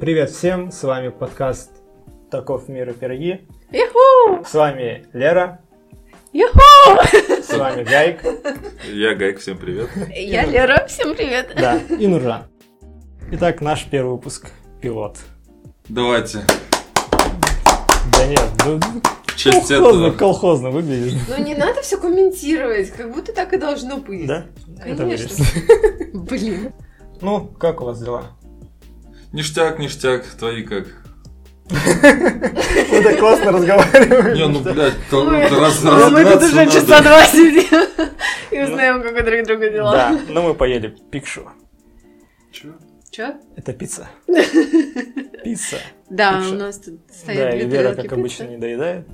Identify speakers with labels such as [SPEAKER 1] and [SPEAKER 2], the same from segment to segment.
[SPEAKER 1] Привет всем, с вами подкаст «Таков мир и пироги».
[SPEAKER 2] Юху!
[SPEAKER 1] С вами Лера,
[SPEAKER 2] Юху!
[SPEAKER 1] с вами Гайк,
[SPEAKER 3] Я Гайк, всем привет.
[SPEAKER 2] Я Лера, всем привет!
[SPEAKER 1] да, и Нуржан. Итак, наш первый выпуск «Пилот».
[SPEAKER 3] Давайте.
[SPEAKER 1] Да нет, ну,
[SPEAKER 3] В честь
[SPEAKER 1] колхозно,
[SPEAKER 3] этого.
[SPEAKER 1] колхозно выглядишь.
[SPEAKER 2] Ну не надо все комментировать, как будто так и должно быть.
[SPEAKER 1] Да? Это
[SPEAKER 2] Конечно.
[SPEAKER 1] вырежется.
[SPEAKER 2] Блин.
[SPEAKER 1] Ну, как у вас дела?
[SPEAKER 3] Ништяк, ништяк, твои как.
[SPEAKER 1] Мы так классно разговариваем.
[SPEAKER 3] Не, ну, блядь, то-
[SPEAKER 2] Ой,
[SPEAKER 3] раз,
[SPEAKER 2] Ну, мы тут
[SPEAKER 3] раздраться
[SPEAKER 2] уже
[SPEAKER 3] надо.
[SPEAKER 2] часа два сидим и узнаем, как у друг друга дела.
[SPEAKER 1] Да, ну мы поели пикшу.
[SPEAKER 3] Чё?
[SPEAKER 2] Чё?
[SPEAKER 1] Это пицца. Пицца.
[SPEAKER 3] Ну,
[SPEAKER 2] Да,
[SPEAKER 1] Пикша.
[SPEAKER 2] у нас тут
[SPEAKER 1] Да,
[SPEAKER 2] стоят
[SPEAKER 1] и
[SPEAKER 2] две
[SPEAKER 1] Вера, как
[SPEAKER 2] тарелки пиццы,
[SPEAKER 1] обычно, не доедает.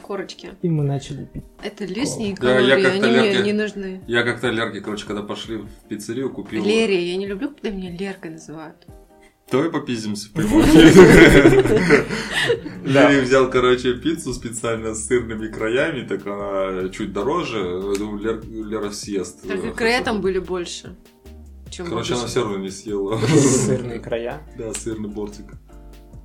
[SPEAKER 2] корочки.
[SPEAKER 1] И мы начали пить.
[SPEAKER 2] Это лишние
[SPEAKER 3] Да,
[SPEAKER 2] калории,
[SPEAKER 3] я как-то
[SPEAKER 2] они мне
[SPEAKER 3] Лерке-
[SPEAKER 2] не нужны.
[SPEAKER 3] Я как-то Лерке, короче, когда пошли в пиццерию, купил...
[SPEAKER 2] Лере, я не люблю, когда меня Леркой называют.
[SPEAKER 3] Ну, Давай попиздимся в прямом эфире.
[SPEAKER 1] Да.
[SPEAKER 3] Лере взял, короче, пиццу специально с сырными краями, так она чуть дороже. Я думаю, Лер- Лера съест. Э,
[SPEAKER 2] Только края там были больше, чем
[SPEAKER 3] Короче, она
[SPEAKER 2] обычно.
[SPEAKER 3] все равно не съела.
[SPEAKER 1] Сырные края.
[SPEAKER 3] Да, сырный бортик.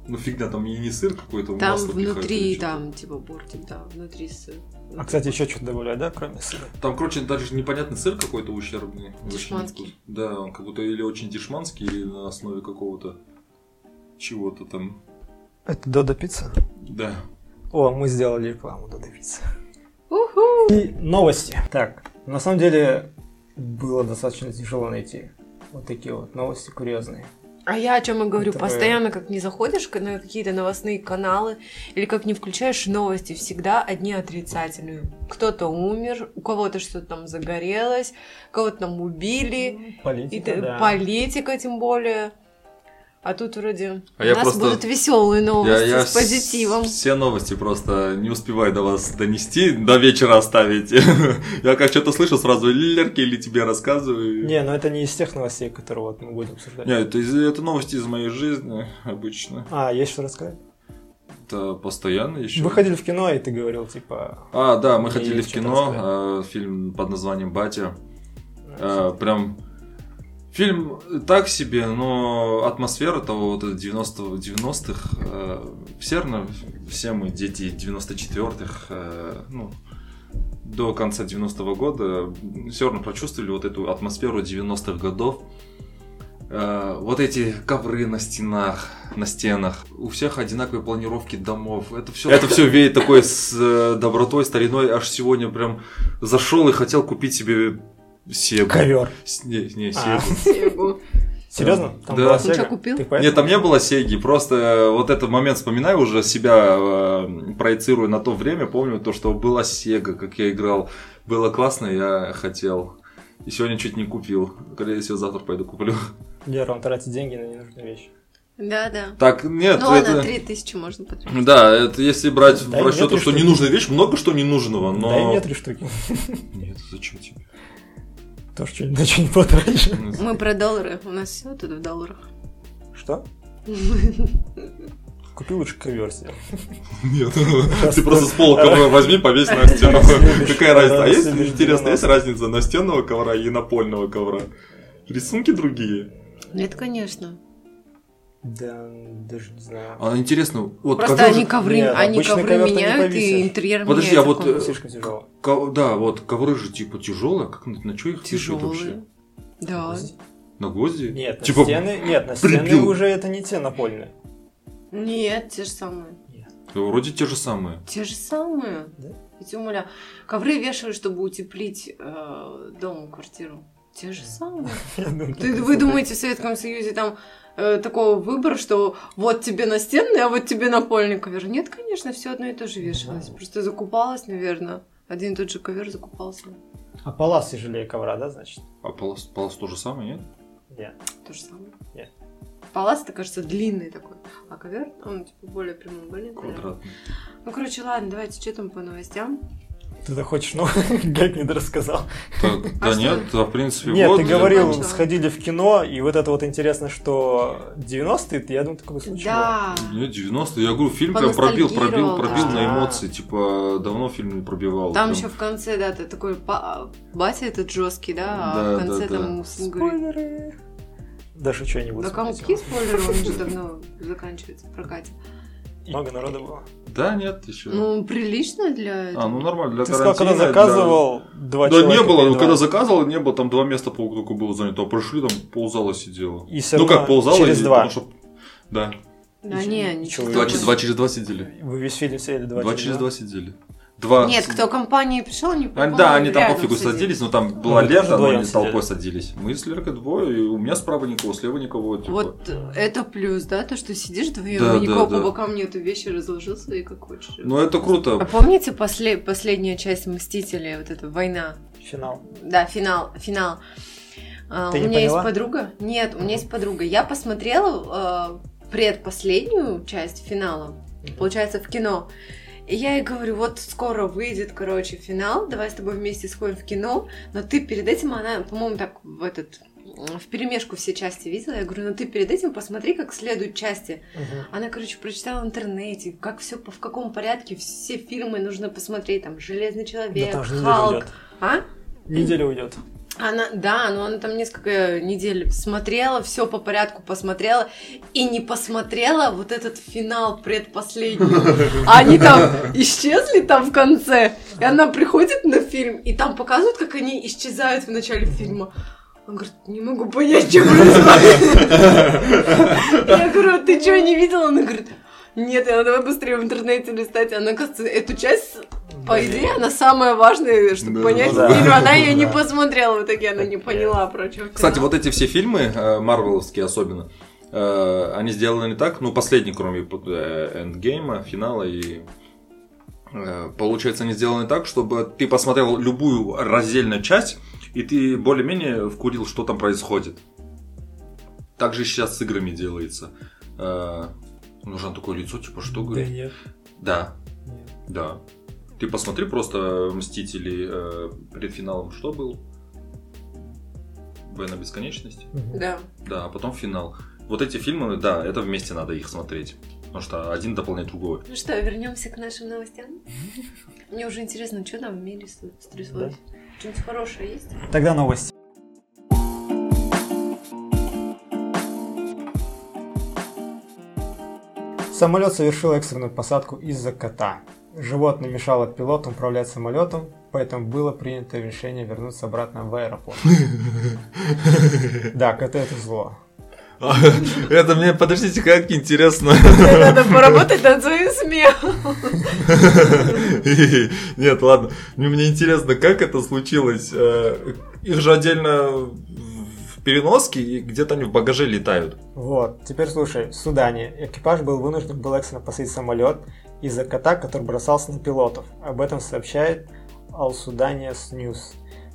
[SPEAKER 3] Ну фигня, там и не сыр какой-то,
[SPEAKER 2] Там
[SPEAKER 3] масло пихают или
[SPEAKER 2] внутри,
[SPEAKER 3] что-то.
[SPEAKER 2] там, типа, бортик, да, внутри сыр.
[SPEAKER 1] А, кстати, еще что-то добавляют, да, кроме сыра?
[SPEAKER 3] Там, короче, даже непонятный сыр какой-то ущербный. Очень
[SPEAKER 2] Дешманский.
[SPEAKER 3] вкус- Да, он как будто или очень дешманский, или на основе какого-то чего-то там.
[SPEAKER 1] Это Дода пицца.
[SPEAKER 3] Да.
[SPEAKER 1] О, мы сделали рекламу Дода пиццы.
[SPEAKER 2] Уху!
[SPEAKER 1] И новости. Так, на самом деле было достаточно тяжело найти вот такие вот новости курьезные.
[SPEAKER 2] А я о чем и говорю,
[SPEAKER 1] Это-
[SPEAKER 2] постоянно как не заходишь к- на какие-то новостные каналы или как не включаешь новости, всегда одни отрицательные. Кто-то умер, у кого-то что-то там загорелось, кого-то там убили, и
[SPEAKER 1] Политика,
[SPEAKER 2] т-
[SPEAKER 1] Типа, да.
[SPEAKER 2] политика тем более. А тут вроде
[SPEAKER 3] А
[SPEAKER 2] у
[SPEAKER 3] я
[SPEAKER 2] нас
[SPEAKER 3] просто-
[SPEAKER 2] будут веселые новости с
[SPEAKER 3] с-
[SPEAKER 2] позитивом.
[SPEAKER 3] все новости просто не успеваю до вас донести, до вечера оставить. Я как что-то слышу, сразу или Лерке, или тебе рассказываю.
[SPEAKER 1] Не, но это не из тех новостей, которые вот мы будем обсуждать.
[SPEAKER 3] Не, это, из- это новости из моей жизни обычно.
[SPEAKER 1] А, есть что рассказать?
[SPEAKER 3] Это постоянно еще.
[SPEAKER 1] Вы ходили в кино, и ты говорил, типа...
[SPEAKER 3] А, да, мы
[SPEAKER 1] И
[SPEAKER 3] ходили в
[SPEAKER 1] что-то
[SPEAKER 3] кино,
[SPEAKER 1] рассказать.
[SPEAKER 3] э, фильм под названием «Батя». Э, прям фильм так себе, но атмосфера того вот 90 90-х, э, все равно все мы дети 94-х, э, ну, до конца 90-го года все равно прочувствовали вот эту атмосферу 90-х годов. Э, вот эти ковры на стенах, на стенах, у всех одинаковые планировки домов. Это все, это все веет такой с э, добротой, стариной. Аж сегодня прям зашел и хотел купить себе Себу.
[SPEAKER 1] Ковер.
[SPEAKER 3] С- Не, не,
[SPEAKER 1] А.
[SPEAKER 3] Сегу.
[SPEAKER 1] Серьезно?
[SPEAKER 3] Да.
[SPEAKER 1] была
[SPEAKER 3] Ну,
[SPEAKER 1] Сега?
[SPEAKER 2] чё, купил?
[SPEAKER 1] Ты
[SPEAKER 3] Нет,
[SPEAKER 1] поэтому-
[SPEAKER 3] там не было Сеги, просто э, вот этот момент вспоминаю уже себя, э, проецирую на то время, помню то, что была Сега, как я играл, было классно, я хотел. И сегодня чуть не купил. Скорее всего, завтра пойду куплю.
[SPEAKER 1] Лера, он тратит деньги на ненужные вещи.
[SPEAKER 2] Да, да.
[SPEAKER 3] Так, нет,
[SPEAKER 2] Ну ладно,
[SPEAKER 3] это-
[SPEAKER 2] 3000 можно потратить.
[SPEAKER 3] Да, это если брать
[SPEAKER 1] Дай мне
[SPEAKER 3] в расчет то,
[SPEAKER 1] три
[SPEAKER 3] что
[SPEAKER 1] штуки.
[SPEAKER 3] ненужная вещь, много что ненужного, но...
[SPEAKER 1] Дай мне три штуки.
[SPEAKER 3] Нет, зачем тебе?
[SPEAKER 1] Тоже что-нибудь на что-нибудь потратишь.
[SPEAKER 2] Мы про доллары. У нас все тут в долларах.
[SPEAKER 1] Что? Купи лучше ковер себе.
[SPEAKER 3] Нет, ну,
[SPEAKER 1] Просто-
[SPEAKER 3] ты просто с пола ковра возьми, повесь на стену.
[SPEAKER 1] Расследуешь,
[SPEAKER 3] Какая разница? А есть,
[SPEAKER 1] расследуешь
[SPEAKER 3] интересно, есть
[SPEAKER 1] 90.
[SPEAKER 3] разница настенного ковра и напольного ковра? Рисунки другие.
[SPEAKER 2] Нет, конечно.
[SPEAKER 1] Да, даже не знаю.
[SPEAKER 3] А интересно, вот
[SPEAKER 2] Просто
[SPEAKER 3] ковер-
[SPEAKER 2] они ковры,
[SPEAKER 1] Нет,
[SPEAKER 2] они
[SPEAKER 1] обычно
[SPEAKER 2] ковры
[SPEAKER 1] ковёр-то не
[SPEAKER 2] меняют, и
[SPEAKER 1] повесишь.
[SPEAKER 2] интерьер
[SPEAKER 3] Подожди,
[SPEAKER 2] меняется
[SPEAKER 3] а вот,
[SPEAKER 2] полностью.
[SPEAKER 1] Слишком тяжело.
[SPEAKER 3] ков- Да, вот ковры же типа тяжелые, как на, на чё их вешают вообще?
[SPEAKER 2] тяжелые. Да.
[SPEAKER 3] На гвозди?
[SPEAKER 1] э, Нет, на
[SPEAKER 3] типа,
[SPEAKER 1] стены, нет, на стены
[SPEAKER 3] прибил.
[SPEAKER 1] уже это не те напольные.
[SPEAKER 2] Нет, те же самые.
[SPEAKER 3] Вроде те же самые.
[SPEAKER 2] Те же самые.
[SPEAKER 1] Да?
[SPEAKER 2] Я тебя умоляю. Ковры вешают, чтобы утеплить э, дом, квартиру. Те же самые.
[SPEAKER 1] Я думаю,
[SPEAKER 2] Ты-
[SPEAKER 1] это
[SPEAKER 2] вы
[SPEAKER 1] супер.
[SPEAKER 2] думаете, в Советском Союзе там э, такого выбора, что вот тебе настенный, а вот тебе напольный ковер? Нет, конечно, все одно и то же вешалось. Просто закупалось, наверное. Один и тот же ковер закупался.
[SPEAKER 1] А палас тяжелее ковра, да, значит?
[SPEAKER 3] А полос, полос то же самое, нет?
[SPEAKER 1] Нет.
[SPEAKER 2] То же самое.
[SPEAKER 1] Нет.
[SPEAKER 2] Палас, это кажется, длинный такой, а ковер, он типа более прямоугольный. наверное.
[SPEAKER 3] Квадратный.
[SPEAKER 2] Ну, короче, ладно, давайте, что там по новостям?
[SPEAKER 1] Ты захочешь, ну, Гайк не дорассказал.
[SPEAKER 3] Так,
[SPEAKER 2] А
[SPEAKER 3] да
[SPEAKER 2] что?
[SPEAKER 3] нет, да, в принципе,
[SPEAKER 1] Нет,
[SPEAKER 3] Типа, вот.
[SPEAKER 1] ты говорил,
[SPEAKER 2] закончила.
[SPEAKER 1] сходили в кино, и вот это вот интересно, что 90-е, я думаю, такого случилось.
[SPEAKER 2] Да.
[SPEAKER 3] Нет, 90 я говорю, фильм прям пробил, пробил, пробил
[SPEAKER 1] да.
[SPEAKER 3] на эмоции, типа, давно фильм не пробивал.
[SPEAKER 2] Там
[SPEAKER 3] Прям-
[SPEAKER 2] еще в конце, да, ты такой, па- батя этот жесткий, да, а
[SPEAKER 3] Да,
[SPEAKER 2] в конце
[SPEAKER 3] да, да.
[SPEAKER 2] там Мусин говорит,
[SPEAKER 1] Спойлеры. Даже что не буду
[SPEAKER 2] Да
[SPEAKER 1] смотреть.
[SPEAKER 2] комки спойлеры, он уже давно заканчивается в прокате.
[SPEAKER 1] Много народа было.
[SPEAKER 3] Да, нет, еще.
[SPEAKER 2] Ну, прилично для...
[SPEAKER 3] а, ну нормально, для
[SPEAKER 1] Ты сказал, когда
[SPEAKER 3] карантина, для-
[SPEAKER 1] заказывал, а два
[SPEAKER 3] Да
[SPEAKER 1] человека.
[SPEAKER 3] не было,
[SPEAKER 1] или
[SPEAKER 3] ну,
[SPEAKER 1] два.
[SPEAKER 3] когда заказывал, не было, там два места по углу было занято, а пришли, там ползала сидела.
[SPEAKER 1] И всё
[SPEAKER 3] Ну
[SPEAKER 1] равно
[SPEAKER 3] как ползала,
[SPEAKER 1] через
[SPEAKER 3] и-
[SPEAKER 1] два.
[SPEAKER 3] потому что- Да,
[SPEAKER 2] Да А, не,
[SPEAKER 1] Ничего.
[SPEAKER 2] ничего.
[SPEAKER 3] два, че- два через два сидели.
[SPEAKER 1] Вы весь фильм сидели два,
[SPEAKER 3] Два, через два сидели. Два...
[SPEAKER 2] Нет, кто компании пришел, не
[SPEAKER 3] А, да, они там пофигу садились, но там
[SPEAKER 1] Ну,
[SPEAKER 3] была
[SPEAKER 1] это
[SPEAKER 3] лента,
[SPEAKER 1] тоже
[SPEAKER 3] но они
[SPEAKER 1] вдвоем
[SPEAKER 3] толпой садились. Мы с Леркой двое, и у меня справа никого, слева никого. типа.
[SPEAKER 2] Вот э, это плюс, да, то, что сидишь вдвоем,
[SPEAKER 3] Да,
[SPEAKER 2] и никого
[SPEAKER 3] да, да.
[SPEAKER 2] по бокам нету, вещи разложил свои как хочешь.
[SPEAKER 3] Ну это
[SPEAKER 2] А
[SPEAKER 3] круто.
[SPEAKER 2] помните после- последняя часть Мстителей, вот эта война?
[SPEAKER 1] Финал.
[SPEAKER 2] Да, финал, финал. А,
[SPEAKER 1] Ты
[SPEAKER 2] у
[SPEAKER 1] не
[SPEAKER 2] меня
[SPEAKER 1] поняла?
[SPEAKER 2] есть подруга. Нет, у меня есть подруга. Я посмотрела э, предпоследнюю часть финала, получается, в кино. И я ей говорю, вот скоро выйдет, короче, финал, давай с тобой вместе сходим в кино. Но ты перед этим, она, по-моему, так в этот в перемешку все части видела. Я говорю, ну ты перед этим посмотри, как следуют части.
[SPEAKER 1] Мгм.
[SPEAKER 2] Она, короче, прочитала в интернете, как все, в каком порядке все фильмы нужно посмотреть, там, Железный
[SPEAKER 1] Да
[SPEAKER 2] человек,
[SPEAKER 1] там же неделя
[SPEAKER 2] Халк,
[SPEAKER 1] уйдет.
[SPEAKER 2] а?
[SPEAKER 1] Неделя уйдет.
[SPEAKER 2] Она, да, но она там несколько недель смотрела, все по порядку посмотрела и не посмотрела вот этот финал предпоследний. А Они там исчезли там в конце, и она приходит на фильм, и там показывают, как они исчезают в начале фильма. Он говорит, не могу понять, что происходит. Я говорю, «А ты что, не видела? Она говорит, нет, я давай быстрее в интернете листать. Она, кажется, эту часть по идее, она самая важная, чтобы
[SPEAKER 3] Да,
[SPEAKER 2] понять
[SPEAKER 1] ну да.
[SPEAKER 2] фильм. Она ее не
[SPEAKER 1] Да.
[SPEAKER 2] посмотрела, в итоге она не поняла про что.
[SPEAKER 3] Кстати, вот эти все фильмы, э, марвеловские особенно, э, они сделаны так, ну последний, кроме э, эндгейма, финала и... э, Получается, они сделаны так, чтобы ты посмотрел любую раздельную часть, и ты более-менее вкурил, что там происходит. Так же сейчас с играми делается. Э, Нужно такое лицо, типа, что
[SPEAKER 1] Да
[SPEAKER 3] говорит?
[SPEAKER 1] нет.
[SPEAKER 3] Да,
[SPEAKER 1] нет.
[SPEAKER 3] да. Ты посмотри просто Мстители э, перед финалом что был? Война бесконечности.
[SPEAKER 1] Мгм.
[SPEAKER 2] Да.
[SPEAKER 3] Да, а потом финал. Вот эти фильмы, да, это вместе надо их смотреть. Потому что один дополняет другой.
[SPEAKER 2] Ну что, вернемся к нашим новостям. Мне уже интересно, что там в мире су- стряслось. Что-нибудь хорошее есть?
[SPEAKER 1] Тогда новости.
[SPEAKER 4] Самолет совершил экстренную посадку из-за кота. Животное мешало пилотам управлять самолетом, поэтому было принято решение вернуться обратно в аэропорт. Да, коты это зло.
[SPEAKER 3] Это мне, подождите, как интересно.
[SPEAKER 2] Надо поработать над своим смехом.
[SPEAKER 3] Нет, ладно. Мне интересно, как это случилось. Э, Их же отдельно в переноске, и где-то они в багаже летают.
[SPEAKER 4] Вот, теперь слушай, в Судане экипаж был вынужден был экстренно посадить самолет из-за кота, который бросался на пилотов. Об этом сообщает Ал Судания News.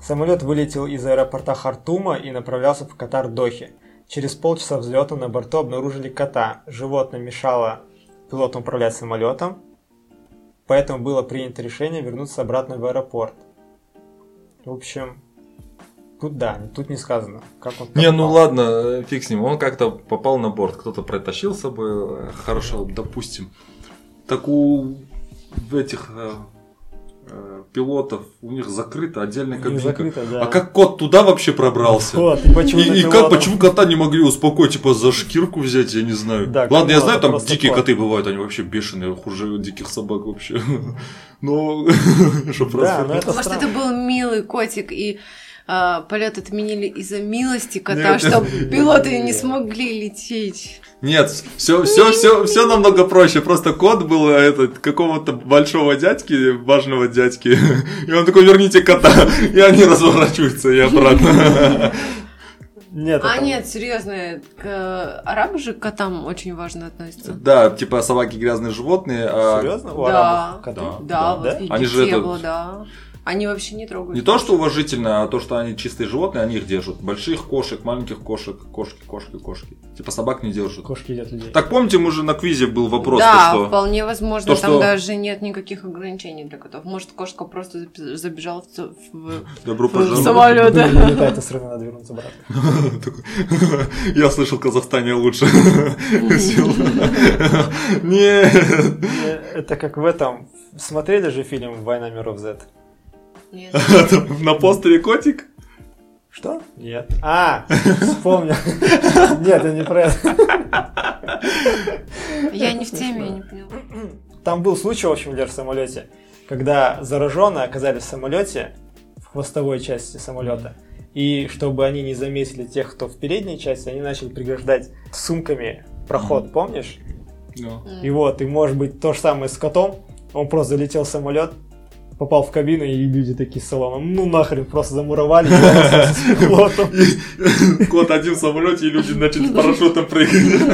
[SPEAKER 4] Самолет вылетел из аэропорта Хартума и направлялся в Катар Дохи. Через полчаса взлета на борту обнаружили кота. Животное мешало пилотам управлять самолетом, поэтому было принято решение вернуться обратно в аэропорт. В общем, тут да, тут не сказано, как он.
[SPEAKER 3] Не, ну
[SPEAKER 4] попал.
[SPEAKER 3] ладно, э, фиг с ним. Он как-то попал на борт. Кто-то протащил с собой. э, Хорошо, допустим. Так у этих э, э, пилотов, у них закрыто отдельная
[SPEAKER 4] Не
[SPEAKER 3] кабинка.
[SPEAKER 4] закрыто, да.
[SPEAKER 3] А как кот туда вообще пробрался?
[SPEAKER 4] Вот, и почему
[SPEAKER 3] И, и
[SPEAKER 4] на
[SPEAKER 3] как,
[SPEAKER 4] пилотов?
[SPEAKER 3] почему кота не могли успокоить, типа за шкирку взять, я не знаю.
[SPEAKER 1] Да,
[SPEAKER 3] Ладно, я
[SPEAKER 1] кот,
[SPEAKER 3] знаю, там
[SPEAKER 1] просто
[SPEAKER 3] дикие
[SPEAKER 1] кот.
[SPEAKER 3] коты бывают, они вообще бешеные, хуже диких собак вообще. Но, чтоб
[SPEAKER 4] Да,
[SPEAKER 3] просто-
[SPEAKER 4] но это
[SPEAKER 2] Может,
[SPEAKER 4] странно.
[SPEAKER 2] это был милый котик, и а, полет отменили из-за милости кота,
[SPEAKER 3] Нет.
[SPEAKER 2] чтобы пилоты не смогли лететь.
[SPEAKER 3] Нет, все, все, все, все намного проще. Просто кот был э, этот какого-то большого дядьки, важного дядьки. И он такой, верните кота. И они разворачиваются и обратно.
[SPEAKER 1] Нет,
[SPEAKER 2] А
[SPEAKER 1] это-
[SPEAKER 2] нет, серьезно, к э, арабам же к котам очень важно относятся.
[SPEAKER 3] Да, типа собаки грязные животные. а
[SPEAKER 1] Серьезно? У
[SPEAKER 2] Да.
[SPEAKER 1] арабов коты?
[SPEAKER 3] Да.
[SPEAKER 2] Да, вот
[SPEAKER 1] Да?
[SPEAKER 2] видите,
[SPEAKER 3] Они же это-
[SPEAKER 2] было, да. Они вообще не трогают.
[SPEAKER 3] Не то, что уважительно, а то, что они чистые животные, они их держат. Больших кошек, маленьких кошек, кошки, кошки, кошки. Типа собак не держат.
[SPEAKER 1] Кошки едят людей.
[SPEAKER 3] Так помните, мы же на квизе был вопрос,
[SPEAKER 2] да,
[SPEAKER 3] то, что...
[SPEAKER 2] вполне возможно,
[SPEAKER 3] то,
[SPEAKER 2] там
[SPEAKER 3] что-
[SPEAKER 2] даже нет никаких ограничений для котов. Может, кошка просто заб- забежала в, ц- в-
[SPEAKER 3] Добро
[SPEAKER 2] в
[SPEAKER 3] пожаловать.
[SPEAKER 2] самолет. да.
[SPEAKER 1] Летает из страны, надо вернуться обратно.
[SPEAKER 3] Такой, Я слышал, в Казахстане лучше. Нет.
[SPEAKER 1] Мне Это как в этом... Смотрели же фильм «Война миров Z»?
[SPEAKER 2] Нет.
[SPEAKER 3] На постере котик?
[SPEAKER 1] Что?
[SPEAKER 4] Нет.
[SPEAKER 1] А, вспомнил. Нет, я не про это.
[SPEAKER 2] Я не в теме, я не поняла.
[SPEAKER 1] Там был случай, в общем, Лер, в самолете, когда зараженные оказались в самолете, в хвостовой части самолета, и чтобы они не заметили тех, кто в передней части, они начали преграждать сумками проход,
[SPEAKER 3] Мгм.
[SPEAKER 1] помнишь?
[SPEAKER 3] Ну,
[SPEAKER 1] И вот, и может быть то же самое с котом, он просто залетел в самолет, попал в кабину, и люди такие с салоном, ну нахрен, просто замуровали, и он остался с пилотом.
[SPEAKER 3] Кот один в самолете, и люди начали парашютом прыгать.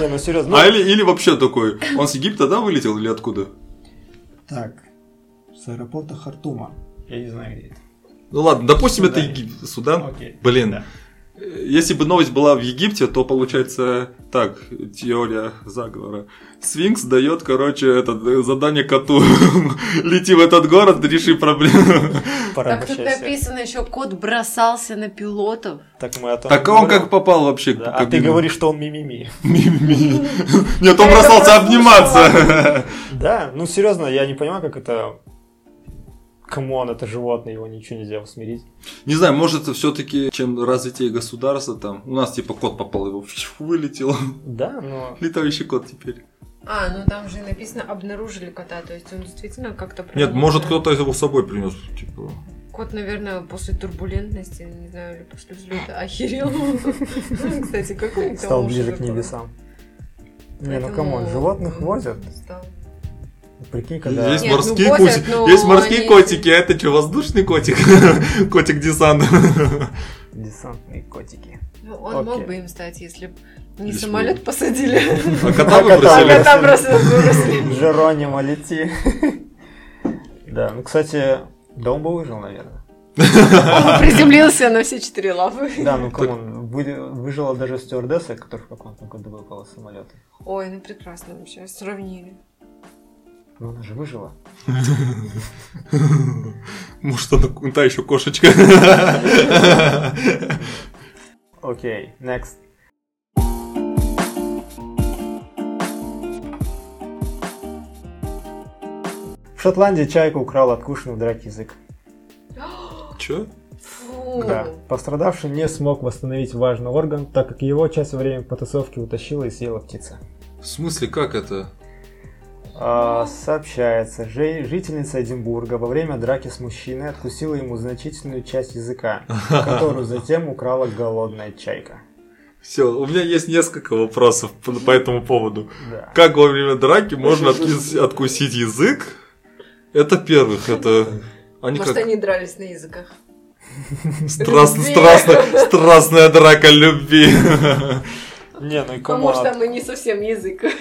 [SPEAKER 1] Не, ну серьезно,
[SPEAKER 3] А или, или вообще такой, он с Египта, да, вылетел или откуда?
[SPEAKER 4] Так, с аэропорта Хартума. Я не знаю, где это.
[SPEAKER 3] Ну ладно, допустим, это
[SPEAKER 4] Судан.
[SPEAKER 3] Египет, Судан.
[SPEAKER 4] Окей.
[SPEAKER 3] Блин,
[SPEAKER 4] Да.
[SPEAKER 3] э, если бы новость была в Египте, то получается так, теория заговора. Сфинкс дает, короче, это задание коту. Лети в этот город, реши проблему.
[SPEAKER 1] пора
[SPEAKER 2] Так тут
[SPEAKER 1] обращайся.
[SPEAKER 2] написано еще кот бросался на пилотов.
[SPEAKER 1] Так мы о том
[SPEAKER 3] Так а
[SPEAKER 1] и
[SPEAKER 3] он
[SPEAKER 1] говорим.
[SPEAKER 3] как попал вообще
[SPEAKER 1] Да, а
[SPEAKER 3] к
[SPEAKER 1] ты
[SPEAKER 3] кабине?
[SPEAKER 1] говоришь, что он мимими.
[SPEAKER 3] Нет, он
[SPEAKER 2] Я
[SPEAKER 3] бросался
[SPEAKER 2] это
[SPEAKER 3] обниматься.
[SPEAKER 1] Да, ну серьезно, я не понимаю, как это... Камон, это животное, его ничего нельзя усмирить.
[SPEAKER 3] Не знаю, может, все-таки чем развитие государства там. У нас типа кот попал, его вылетел.
[SPEAKER 1] Да, но...
[SPEAKER 3] Летающий кот теперь.
[SPEAKER 2] А, ну там же написано обнаружили кота, то есть он действительно как-то...
[SPEAKER 3] Нет,
[SPEAKER 2] прям,
[SPEAKER 3] может,
[SPEAKER 2] э,
[SPEAKER 3] кто-то его с собой принес. Типа.
[SPEAKER 2] Кот, наверное, после турбулентности, не знаю, или после взлета охерел. Кстати, как у них там
[SPEAKER 4] Стал
[SPEAKER 2] уши
[SPEAKER 4] ближе к
[SPEAKER 2] такое?
[SPEAKER 4] небесам. Не, ну
[SPEAKER 2] Поэтому
[SPEAKER 4] камон, животных
[SPEAKER 2] он
[SPEAKER 4] возят.
[SPEAKER 2] стал.
[SPEAKER 4] Прикинь, когда...
[SPEAKER 3] Есть
[SPEAKER 2] Нет, ну,
[SPEAKER 3] морские,
[SPEAKER 2] возят,
[SPEAKER 3] кузи-
[SPEAKER 2] но
[SPEAKER 3] Есть морские
[SPEAKER 2] они-
[SPEAKER 3] котики, а это что, воздушный котик? котик десант. А
[SPEAKER 4] Десантные котики.
[SPEAKER 2] Ну, он мог
[SPEAKER 4] Окей.
[SPEAKER 2] бы им стать, если бы не
[SPEAKER 3] Лишь бы.
[SPEAKER 2] самолет посадили,
[SPEAKER 3] а
[SPEAKER 1] кота
[SPEAKER 3] кота выбросили.
[SPEAKER 2] кота просто выбросили.
[SPEAKER 4] Джеронимо, лети. Да, ну, кстати, да он бы выжил, наверное.
[SPEAKER 2] Он приземлился на все четыре лапы.
[SPEAKER 4] Да, ну камон, вы- выжила даже стюардесса, которая в каком-то году выпала с самолета.
[SPEAKER 2] Ой, ну прекрасно вообще, сравнили.
[SPEAKER 4] Ну она же выжила.
[SPEAKER 3] Может, она та еще кошечка.
[SPEAKER 4] Окей, next. В Шотландии чайка украла откушенный в драке язык.
[SPEAKER 3] Че?
[SPEAKER 2] Фу.
[SPEAKER 4] Да. Пострадавший не смог восстановить важный орган, так как его часть во время потасовки утащила и съела птица.
[SPEAKER 3] В смысле, как это?
[SPEAKER 4] А, сообщается, жи- жительница Эдинбурга во время драки с мужчиной откусила ему значительную часть языка, которую затем украла голодная чайка.
[SPEAKER 3] Все, у меня есть несколько вопросов по, по этому поводу.
[SPEAKER 4] Да.
[SPEAKER 3] Как во время драки можно откис- откусить язык? Это первых, это... Они
[SPEAKER 2] Может,
[SPEAKER 3] как
[SPEAKER 2] они дрались на языках.
[SPEAKER 3] страст-
[SPEAKER 2] любви.
[SPEAKER 3] страстная- страстная драка любви.
[SPEAKER 1] Не, ну и
[SPEAKER 2] А может,
[SPEAKER 1] камон.
[SPEAKER 2] там и не совсем язык.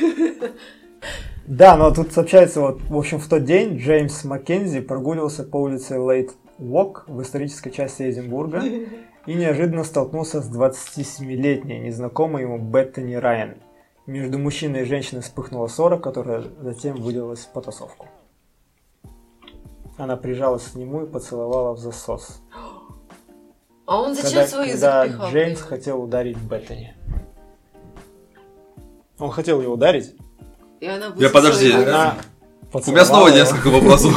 [SPEAKER 4] Да, но тут сообщается, вот, в общем, в тот день Джеймс Маккензи прогуливался по улице Лейт Уок в исторической части Эдинбурга и неожиданно столкнулся с 27-летней незнакомой ему Беттани Райан. Между мужчиной и женщиной вспыхнула ссора, которая затем вылилась в потасовку. Она прижалась к нему и поцеловала в засос.
[SPEAKER 2] А он зачем
[SPEAKER 4] когда,
[SPEAKER 2] свой
[SPEAKER 4] когда
[SPEAKER 2] язык пихал?
[SPEAKER 4] Джеймс хотел ударить Беттани.
[SPEAKER 1] Он хотел ее ударить.
[SPEAKER 2] И она
[SPEAKER 3] Я подожди,
[SPEAKER 2] высосала его.
[SPEAKER 3] а-
[SPEAKER 1] Она
[SPEAKER 3] У меня снова
[SPEAKER 1] поцеловала его.
[SPEAKER 3] несколько вопросов.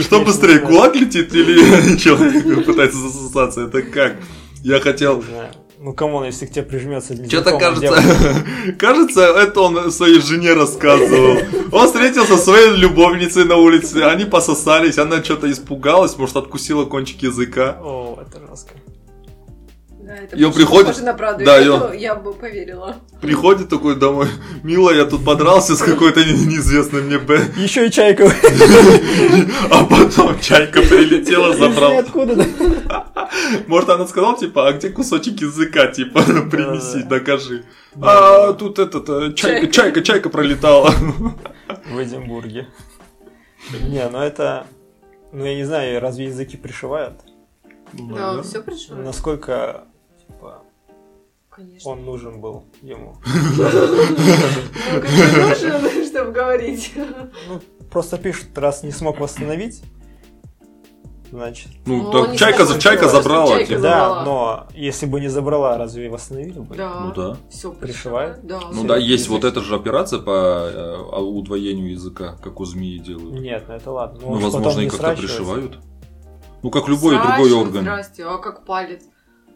[SPEAKER 3] Что быстрее, кулак летит или человек пытается засосаться? Это как? Я
[SPEAKER 1] Не
[SPEAKER 3] хотел...
[SPEAKER 1] знаю. Ну, камон, если к тебе прижмется
[SPEAKER 3] Что-то
[SPEAKER 1] незнакомая
[SPEAKER 3] кажется,
[SPEAKER 1] девушка.
[SPEAKER 3] кажется, это он своей жене рассказывал. Он встретился со своей любовницей на улице, они пососались, она что-то испугалась, может, откусила кончик языка.
[SPEAKER 1] О, это жестко.
[SPEAKER 2] Да, это
[SPEAKER 3] Её
[SPEAKER 2] больше
[SPEAKER 3] приходит-
[SPEAKER 2] похоже на правду.
[SPEAKER 3] Да,
[SPEAKER 2] И
[SPEAKER 3] её-
[SPEAKER 2] эту Я бы поверила.
[SPEAKER 3] Приходит такой домой, мила, я тут подрался с какой-то не- неизвестной мне Б.
[SPEAKER 1] Еще и чайка.
[SPEAKER 3] А потом чайка прилетела,
[SPEAKER 1] Извини,
[SPEAKER 3] забрала.
[SPEAKER 1] откуда?
[SPEAKER 3] Может, она сказала, типа, а где кусочек языка, типа, принеси,
[SPEAKER 1] Да-да-да.
[SPEAKER 3] докажи. А тут этот, э, чайка,
[SPEAKER 2] Чайка.
[SPEAKER 3] чайка, чайка пролетала.
[SPEAKER 1] В Эдинбурге. Не, ну это... Ну, я не знаю, разве языки пришивают?
[SPEAKER 2] Да, все пришло.
[SPEAKER 1] Насколько типа,
[SPEAKER 2] Конечно.
[SPEAKER 1] он нужен был ему?
[SPEAKER 2] Ну, конечно, нужен, чтобы говорить.
[SPEAKER 1] Ну, просто пишут, раз не смог восстановить, значит...
[SPEAKER 3] Ну,
[SPEAKER 2] Ну,
[SPEAKER 3] так,
[SPEAKER 2] он не
[SPEAKER 3] чайка, за-
[SPEAKER 2] смог,
[SPEAKER 3] чайка
[SPEAKER 2] потому что
[SPEAKER 3] забрала.
[SPEAKER 2] чайка
[SPEAKER 3] типа.
[SPEAKER 1] Да,
[SPEAKER 2] забрала.
[SPEAKER 1] но если бы не забрала, разве восстановили бы?
[SPEAKER 2] Да.
[SPEAKER 3] Ну да.
[SPEAKER 2] Все
[SPEAKER 1] Пришивает?
[SPEAKER 2] Да.
[SPEAKER 3] Ну
[SPEAKER 1] Всё,
[SPEAKER 3] да, есть
[SPEAKER 1] язык.
[SPEAKER 3] вот эта же операция по э, удвоению языка, как у змеи делают.
[SPEAKER 1] Нет, ну это ладно.
[SPEAKER 3] Ну,
[SPEAKER 1] он же
[SPEAKER 3] возможно,
[SPEAKER 1] потом
[SPEAKER 3] и
[SPEAKER 1] не
[SPEAKER 3] как-то
[SPEAKER 1] сращивается.
[SPEAKER 3] пришивают. Ну, как любой
[SPEAKER 2] Здрасте,
[SPEAKER 3] другой орган.
[SPEAKER 2] Здрасте, а как палец?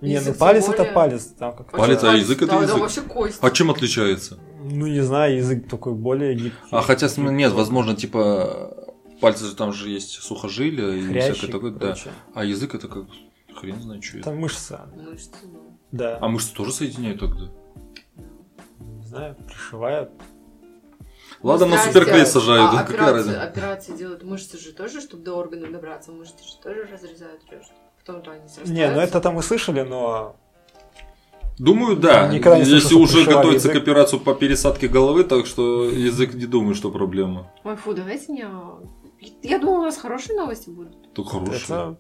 [SPEAKER 5] Не, ну
[SPEAKER 2] Язык
[SPEAKER 5] палец
[SPEAKER 2] тем
[SPEAKER 5] это
[SPEAKER 2] более.
[SPEAKER 5] палец. Там как
[SPEAKER 2] А
[SPEAKER 3] Палец,
[SPEAKER 2] что
[SPEAKER 3] а язык это
[SPEAKER 2] Да,
[SPEAKER 3] язык.
[SPEAKER 2] Да, вообще кость.
[SPEAKER 3] А чем отличается?
[SPEAKER 5] Ну, не знаю, язык такой более гибкий.
[SPEAKER 3] А хотя, см- нет, возможно, типа, пальцы же там же есть сухожилия и всякое
[SPEAKER 5] Хрящик,
[SPEAKER 3] такое, да.
[SPEAKER 5] короче.
[SPEAKER 3] А язык это как, хрен знает, что это.
[SPEAKER 5] Это мышца,
[SPEAKER 2] Мышцы, ну,
[SPEAKER 5] да.
[SPEAKER 3] А мышцы тоже соединяют тогда?
[SPEAKER 5] Не знаю, пришивают.
[SPEAKER 3] Ладно, на
[SPEAKER 2] здрасте.
[SPEAKER 3] суперклей сажают,
[SPEAKER 2] А
[SPEAKER 3] какая
[SPEAKER 2] операции,
[SPEAKER 3] разница?
[SPEAKER 2] операции делают мышцы же тоже, чтобы до органов добраться. Мышцы же тоже разрезают, режут. Потом-то они срастаются.
[SPEAKER 5] Не, ну это там мы слышали, но
[SPEAKER 3] Думаю, да.
[SPEAKER 5] Никогда Ну, не слышал,
[SPEAKER 3] Если
[SPEAKER 5] что
[SPEAKER 3] уже
[SPEAKER 5] пришивали
[SPEAKER 3] готовится
[SPEAKER 5] а язык.
[SPEAKER 3] к операцию по пересадке головы, так что язык не думаю, что проблема.
[SPEAKER 2] Ой, фу, давайте не... э, Я думала, у нас хорошие новости будут.
[SPEAKER 3] Только хорошая.
[SPEAKER 5] это-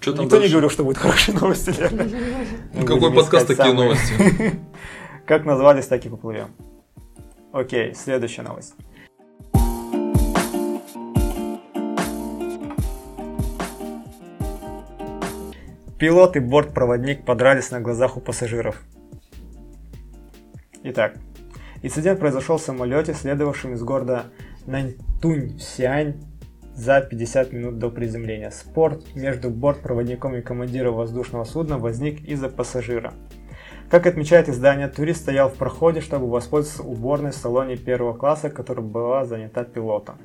[SPEAKER 3] Что там
[SPEAKER 5] никто не
[SPEAKER 3] дальше?
[SPEAKER 5] говорил, что будут хорошие новости. Лера.
[SPEAKER 1] Мы
[SPEAKER 3] Какой
[SPEAKER 1] будем
[SPEAKER 3] подкаст,
[SPEAKER 1] искать
[SPEAKER 3] такие
[SPEAKER 1] самые-
[SPEAKER 3] новости?
[SPEAKER 1] Как назвались, так и поплывем. Окей, следующая новость. Пилот и бортпроводник подрались на глазах у пассажиров. Итак, инцидент произошел в самолете, следовавшем из города Наньтунь в Сиань за 50 минут до приземления. Спорт между бортпроводником и командиром воздушного судна возник из-за пассажира. Как отмечает издание, турист стоял в проходе, чтобы воспользоваться уборной в салоне первого класса, которая была занята пилотом.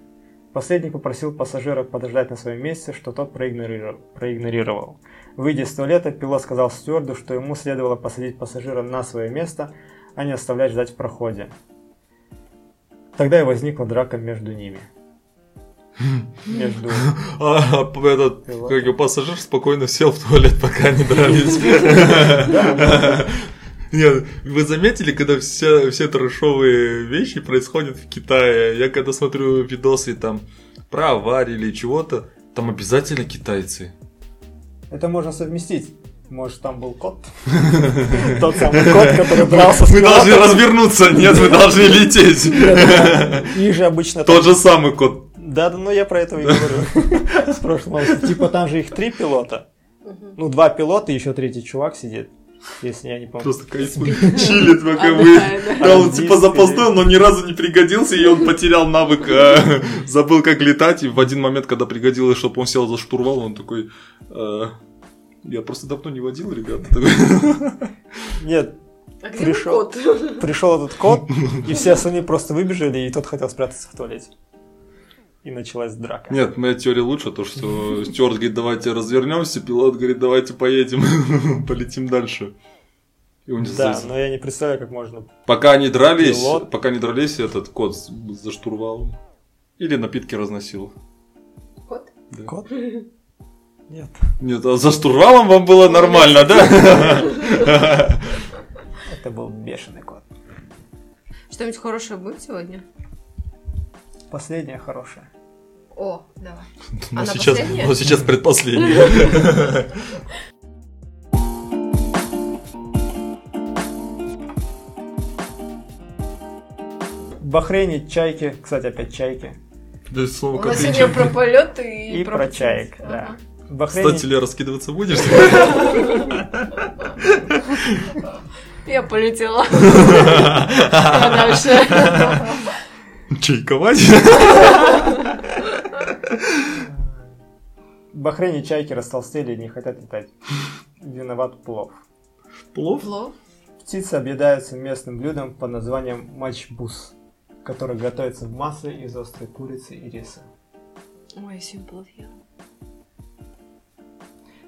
[SPEAKER 1] Последний попросил пассажира подождать на своем месте, что тот проигнориров- проигнорировал. Выйдя из туалета, пилот сказал стюарду, что ему следовало посадить пассажира на свое место, а не оставлять ждать в проходе. Тогда и возникла драка между ними. Между...
[SPEAKER 3] А, а, этот,
[SPEAKER 1] Пилот.
[SPEAKER 3] как его, пассажир спокойно сел в туалет, пока не дрались. Нет, вы заметили, когда все, все трешовые вещи происходят в Китае? Я когда смотрю видосы там про аварии или чего-то, там обязательно китайцы.
[SPEAKER 1] Это можно совместить. Может, там был кот?
[SPEAKER 5] Тот самый кот, который дрался с
[SPEAKER 3] Мы должны
[SPEAKER 5] пилотом.
[SPEAKER 3] развернуться, нет, мы должны лететь.
[SPEAKER 5] Их же обычно...
[SPEAKER 3] Тот же самый кот.
[SPEAKER 5] Да, да, ну я про это и говорю. С прошлого. Типа там же их три пилота. Ну, два пилота и еще третий чувак сидит. Если я не помню.
[SPEAKER 3] Просто кайфует, чилит, пока вы...
[SPEAKER 2] Отдыхаем.
[SPEAKER 3] Да, он типа запоздал, но ни разу не пригодился, и он потерял навык, э, забыл, как летать, и в один момент, когда пригодилось, чтобы он сел за штурвал, он такой... э, Я просто давно не водил, ребята.
[SPEAKER 5] Нет,
[SPEAKER 2] А где мой
[SPEAKER 5] Пришёл.
[SPEAKER 2] кот?
[SPEAKER 5] пришел этот кот, и все остальные просто выбежали, и тот хотел спрятаться в туалете. И началась драка.
[SPEAKER 3] Нет, моя теория лучше, то что Стюарт говорит, давайте развернемся, пилот говорит, давайте поедем, полетим дальше. И он не
[SPEAKER 5] Да,
[SPEAKER 3] садится.
[SPEAKER 5] но я не представляю, как можно.
[SPEAKER 3] Пока они дрались,
[SPEAKER 5] Пилот.
[SPEAKER 3] пока не дрались, этот кот с- за штурвалом. Или напитки разносил.
[SPEAKER 2] Кот?
[SPEAKER 3] Да.
[SPEAKER 5] Кот? Нет.
[SPEAKER 3] Нет, а за штурвалом вам было нормально, да?
[SPEAKER 1] Это был бешеный кот.
[SPEAKER 2] Что-нибудь хорошее будет сегодня?
[SPEAKER 1] Последняя хорошая.
[SPEAKER 2] О, давай.
[SPEAKER 3] Но
[SPEAKER 2] Она
[SPEAKER 3] сейчас,
[SPEAKER 2] последняя?
[SPEAKER 3] но сейчас предпоследняя.
[SPEAKER 1] В Бахрейне чайки, кстати, опять чайки.
[SPEAKER 3] Да, слово
[SPEAKER 2] У нас сегодня про полет и,
[SPEAKER 1] И про
[SPEAKER 2] птиц.
[SPEAKER 1] чаек,
[SPEAKER 2] Ага.
[SPEAKER 1] да. В Бахрейне,
[SPEAKER 3] Кстати, Лера, раскидываться будешь?
[SPEAKER 2] Я полетела. Я дальше.
[SPEAKER 3] Чайковать?
[SPEAKER 1] в Бахрейне чайки растолстели и не хотят летать. Виноват плов.
[SPEAKER 3] Плов?
[SPEAKER 2] Плов.
[SPEAKER 1] Птицы объедаются местным блюдом под названием мачбус, который готовится в масле из острой курицы и риса.
[SPEAKER 2] Ой, я сегодня плов ела.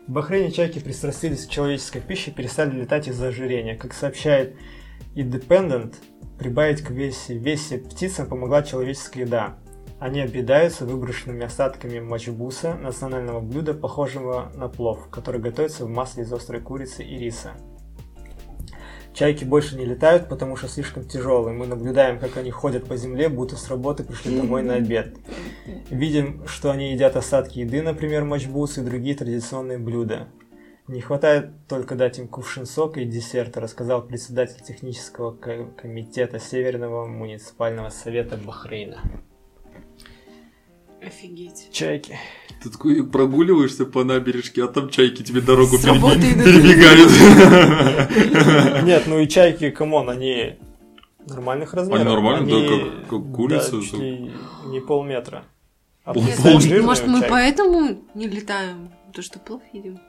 [SPEAKER 1] В Бахрейне чайки пристрастились к человеческой пище и перестали летать из-за ожирения. Как сообщает Independent, прибавить к весе, весе птицам помогла человеческая еда. Они объедаются выброшенными остатками мачбуса, национального блюда, похожего на плов, который готовится в масле из острой курицы и риса. Чайки больше не летают, потому что слишком тяжелые. Мы наблюдаем, как они ходят по земле, будто с работы пришли домой на обед. Видим, что они едят остатки еды, например, мачбус и другие традиционные блюда. Не хватает только дать им кувшин сока и десерта, рассказал председатель технического ко- комитета Северного муниципального совета Бахрейна.
[SPEAKER 2] Офигеть.
[SPEAKER 1] Чайки.
[SPEAKER 3] Ты такой прогуливаешься по набережке, а там чайки тебе дорогу
[SPEAKER 2] С работы
[SPEAKER 3] переби-
[SPEAKER 2] идут.
[SPEAKER 3] перебегают.
[SPEAKER 5] Нет, ну и чайки, камон, они нормальных размеров.
[SPEAKER 3] нормальные, да,
[SPEAKER 5] Они-
[SPEAKER 3] как- как курица,
[SPEAKER 5] да, чуть
[SPEAKER 3] так.
[SPEAKER 5] ли не полметра. А
[SPEAKER 3] Пол-
[SPEAKER 5] птица
[SPEAKER 3] пол-
[SPEAKER 5] жирная
[SPEAKER 2] Ну, Может, мы
[SPEAKER 5] чайка.
[SPEAKER 2] поэтому не летаем? потому что плохо видим.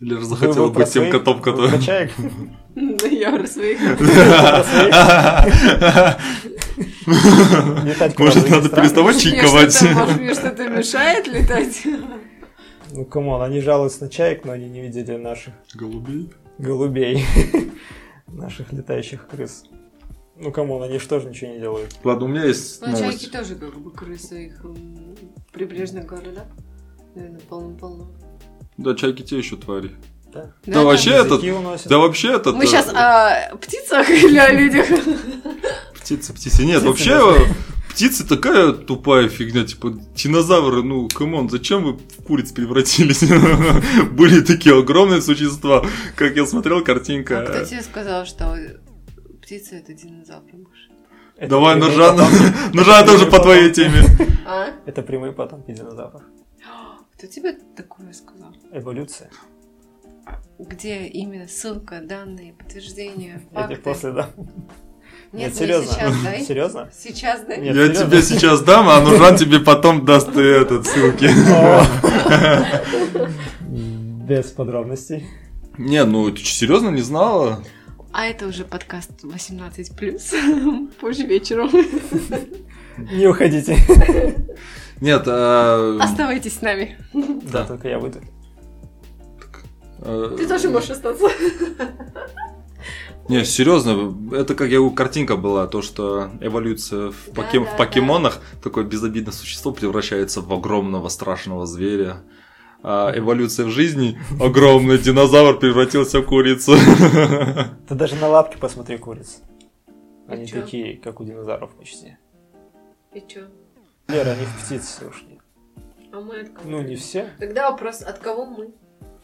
[SPEAKER 3] Лер захотел быть тем котом, который...
[SPEAKER 1] Качаек?
[SPEAKER 2] Я про своих.
[SPEAKER 1] Летать куда
[SPEAKER 3] Может,
[SPEAKER 1] за
[SPEAKER 3] надо
[SPEAKER 1] страны?
[SPEAKER 3] переставать
[SPEAKER 2] Мне
[SPEAKER 3] чайковать?
[SPEAKER 2] что-то, может, Мне что-то мешает летать.
[SPEAKER 1] Ну, камон, они жалуются на чаек, но они не видели наших
[SPEAKER 3] Голубей?
[SPEAKER 1] голубей, наших летающих крыс. Ну, камон, они же тоже ничего не делают.
[SPEAKER 3] Ладно, у меня есть
[SPEAKER 2] Ну, чайки
[SPEAKER 3] новость.
[SPEAKER 2] тоже как бы крысы их м, прибрежных городов. Наверное, полно-полно.
[SPEAKER 3] Да, чайки те еще твари.
[SPEAKER 2] Да,
[SPEAKER 3] Да
[SPEAKER 2] там-
[SPEAKER 3] вообще этот...
[SPEAKER 1] Языки уносят.
[SPEAKER 3] Да вообще этот...
[SPEAKER 2] Мы
[SPEAKER 3] э,
[SPEAKER 2] сейчас о птицах или о людях?
[SPEAKER 3] Птицы, птицы. Нет,
[SPEAKER 1] Птицы,
[SPEAKER 3] вообще птицы такая тупая фигня. Типа динозавры, ну, камон, зачем вы в куриц превратились? Были такие огромные существа. Как я смотрел,
[SPEAKER 2] А кто
[SPEAKER 3] картинка.
[SPEAKER 2] тебе сказал, что птица это динозавр? Маша?
[SPEAKER 1] Это
[SPEAKER 3] Давай,
[SPEAKER 1] прямой
[SPEAKER 3] Нуржан,
[SPEAKER 1] потом-
[SPEAKER 3] Нужна тоже по
[SPEAKER 1] Потом.
[SPEAKER 3] твоей теме.
[SPEAKER 2] А?
[SPEAKER 1] Это прямые потомки динозавров.
[SPEAKER 2] Кто тебе такое сказал?
[SPEAKER 1] Эволюция.
[SPEAKER 2] Где именно ссылка, данные, подтверждения,
[SPEAKER 1] Я тебе
[SPEAKER 2] факты?
[SPEAKER 1] после дам.
[SPEAKER 2] Нет, мне
[SPEAKER 1] серьезно.
[SPEAKER 2] сейчас дай.
[SPEAKER 1] Серьезно?
[SPEAKER 2] Сейчас дай.
[SPEAKER 1] Нет,
[SPEAKER 3] Я
[SPEAKER 1] серьезно?
[SPEAKER 3] тебе сейчас дам, а Нужан тебе потом даст и этот ссылки.
[SPEAKER 1] Без подробностей.
[SPEAKER 3] Не, ну ты чё, серьезно не знала?
[SPEAKER 2] А это уже подкаст 18+, позже вечером.
[SPEAKER 1] Не уходите.
[SPEAKER 3] Нет, а,
[SPEAKER 2] Оставайтесь с нами.
[SPEAKER 1] Да, только я выйду.
[SPEAKER 3] а,
[SPEAKER 2] Ты тоже можешь остаться.
[SPEAKER 3] Не, серьезно, это как я говорю, картинка была, то, что эволюция в,
[SPEAKER 2] Да,
[SPEAKER 3] покем-
[SPEAKER 2] да,
[SPEAKER 3] в покемонах, такое безобидное существо превращается в огромного страшного зверя. А эволюция в жизни, огромный динозавр превратился в курицу.
[SPEAKER 1] Ты даже на лапки посмотри куриц.
[SPEAKER 2] И
[SPEAKER 1] Они
[SPEAKER 2] чё?
[SPEAKER 1] такие, как у динозавров почти.
[SPEAKER 2] И чё?
[SPEAKER 1] Лера, они в птицы ушли.
[SPEAKER 2] А мы от кого?
[SPEAKER 1] Ну, не все.
[SPEAKER 2] Тогда вопрос, от кого мы?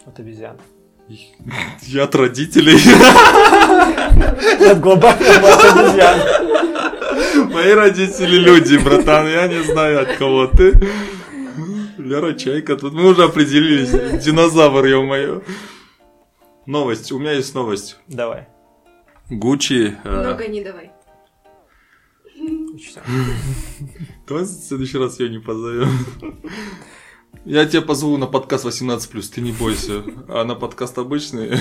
[SPEAKER 1] От обезьян.
[SPEAKER 3] Я от родителей.
[SPEAKER 1] От глобальных масс обезьян.
[SPEAKER 3] Мои родители люди, братан, я не знаю от кого ты. Лера Чайка, тут мы уже определились. Динозавр, ё-моё. Новость, у меня есть новость.
[SPEAKER 1] Давай.
[SPEAKER 3] Гуччи... э,
[SPEAKER 2] Много не давай.
[SPEAKER 1] учтём.
[SPEAKER 3] Давай в следующий раз ее не позовем. Я тебя позову на подкаст 18+, ты не бойся. А на подкаст обычный...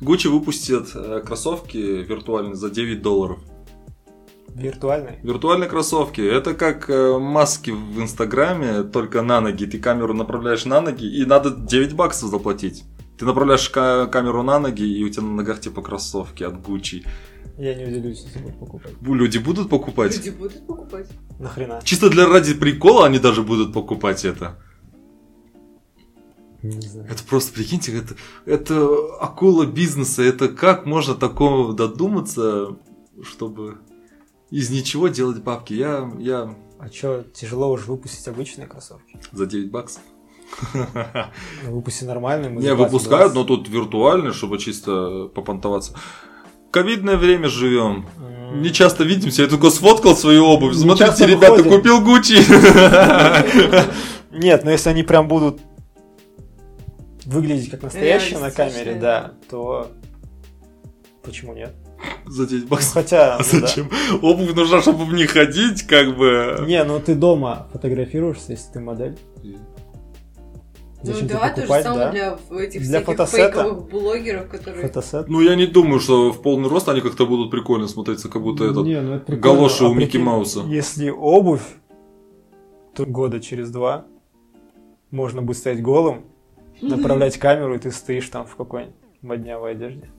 [SPEAKER 3] Гуччи выпустит э, кроссовки виртуальные за 9 долларов.
[SPEAKER 1] Виртуальный.
[SPEAKER 3] Виртуальные кроссовки. Это как э, маски в Инстаграме, только на ноги. Ты камеру направляешь на ноги, и надо 9 баксов заплатить. Ты направляешь ка- камеру на ноги, и у тебя на ногах типа кроссовки от Гуччи.
[SPEAKER 1] Я не удивлюсь, если будут покупать.
[SPEAKER 3] Бу- Люди будут покупать?
[SPEAKER 2] Люди будут покупать.
[SPEAKER 1] Нахрена?
[SPEAKER 3] Чисто для ради прикола они даже будут покупать это.
[SPEAKER 1] Не знаю.
[SPEAKER 3] Это просто, прикиньте, это, это акула бизнеса. Это как можно такого додуматься, чтобы из ничего делать бабки? Я, я
[SPEAKER 1] А чё, тяжело уже выпустить обычные кроссовки?
[SPEAKER 3] за 9 баксов.
[SPEAKER 1] Ну, выпусти нормальные. мы
[SPEAKER 3] Не,
[SPEAKER 1] заплатим
[SPEAKER 3] выпускают,
[SPEAKER 1] 20.
[SPEAKER 3] но тут виртуально, чтобы чисто попонтоваться. Ковидное время живем.
[SPEAKER 1] М.
[SPEAKER 3] Не часто видимся. Я только сфоткал свою обувь.
[SPEAKER 1] Не
[SPEAKER 3] Смотрите,
[SPEAKER 1] часто
[SPEAKER 3] ребята,
[SPEAKER 1] выходим.
[SPEAKER 3] купил Гуччи.
[SPEAKER 1] Нет, но если они прям будут выглядеть как настоящие на
[SPEAKER 2] Реалистичные,
[SPEAKER 1] камере,
[SPEAKER 2] да.
[SPEAKER 1] да, то почему нет?
[SPEAKER 3] За 9
[SPEAKER 1] Ну,
[SPEAKER 3] баксов.
[SPEAKER 1] хотя,
[SPEAKER 3] А
[SPEAKER 1] ну
[SPEAKER 3] зачем? Обувь нужна, чтобы в ней ходить, как
[SPEAKER 1] да.
[SPEAKER 3] бы.
[SPEAKER 1] Не, ну ты дома фотографируешься, если ты модель. Зачем тебе
[SPEAKER 2] ну да, то же
[SPEAKER 1] покупать,
[SPEAKER 2] самое
[SPEAKER 1] да?
[SPEAKER 2] для в- этих
[SPEAKER 1] Для
[SPEAKER 2] всяких
[SPEAKER 1] фотосета.
[SPEAKER 2] фейковых блогеров, которые...
[SPEAKER 1] Фотосет.
[SPEAKER 3] Ну, я не думаю, что в полный рост они как-то будут прикольно смотреться, как будто этот...
[SPEAKER 1] Не, ну это прикольно.
[SPEAKER 3] галоши
[SPEAKER 1] А
[SPEAKER 3] у Микки
[SPEAKER 1] прикинь,
[SPEAKER 3] Мауса.
[SPEAKER 1] Если обувь, то года через два можно будет стоять голым, направлять камеру, и ты стоишь там в какой-нибудь моднявой одежде.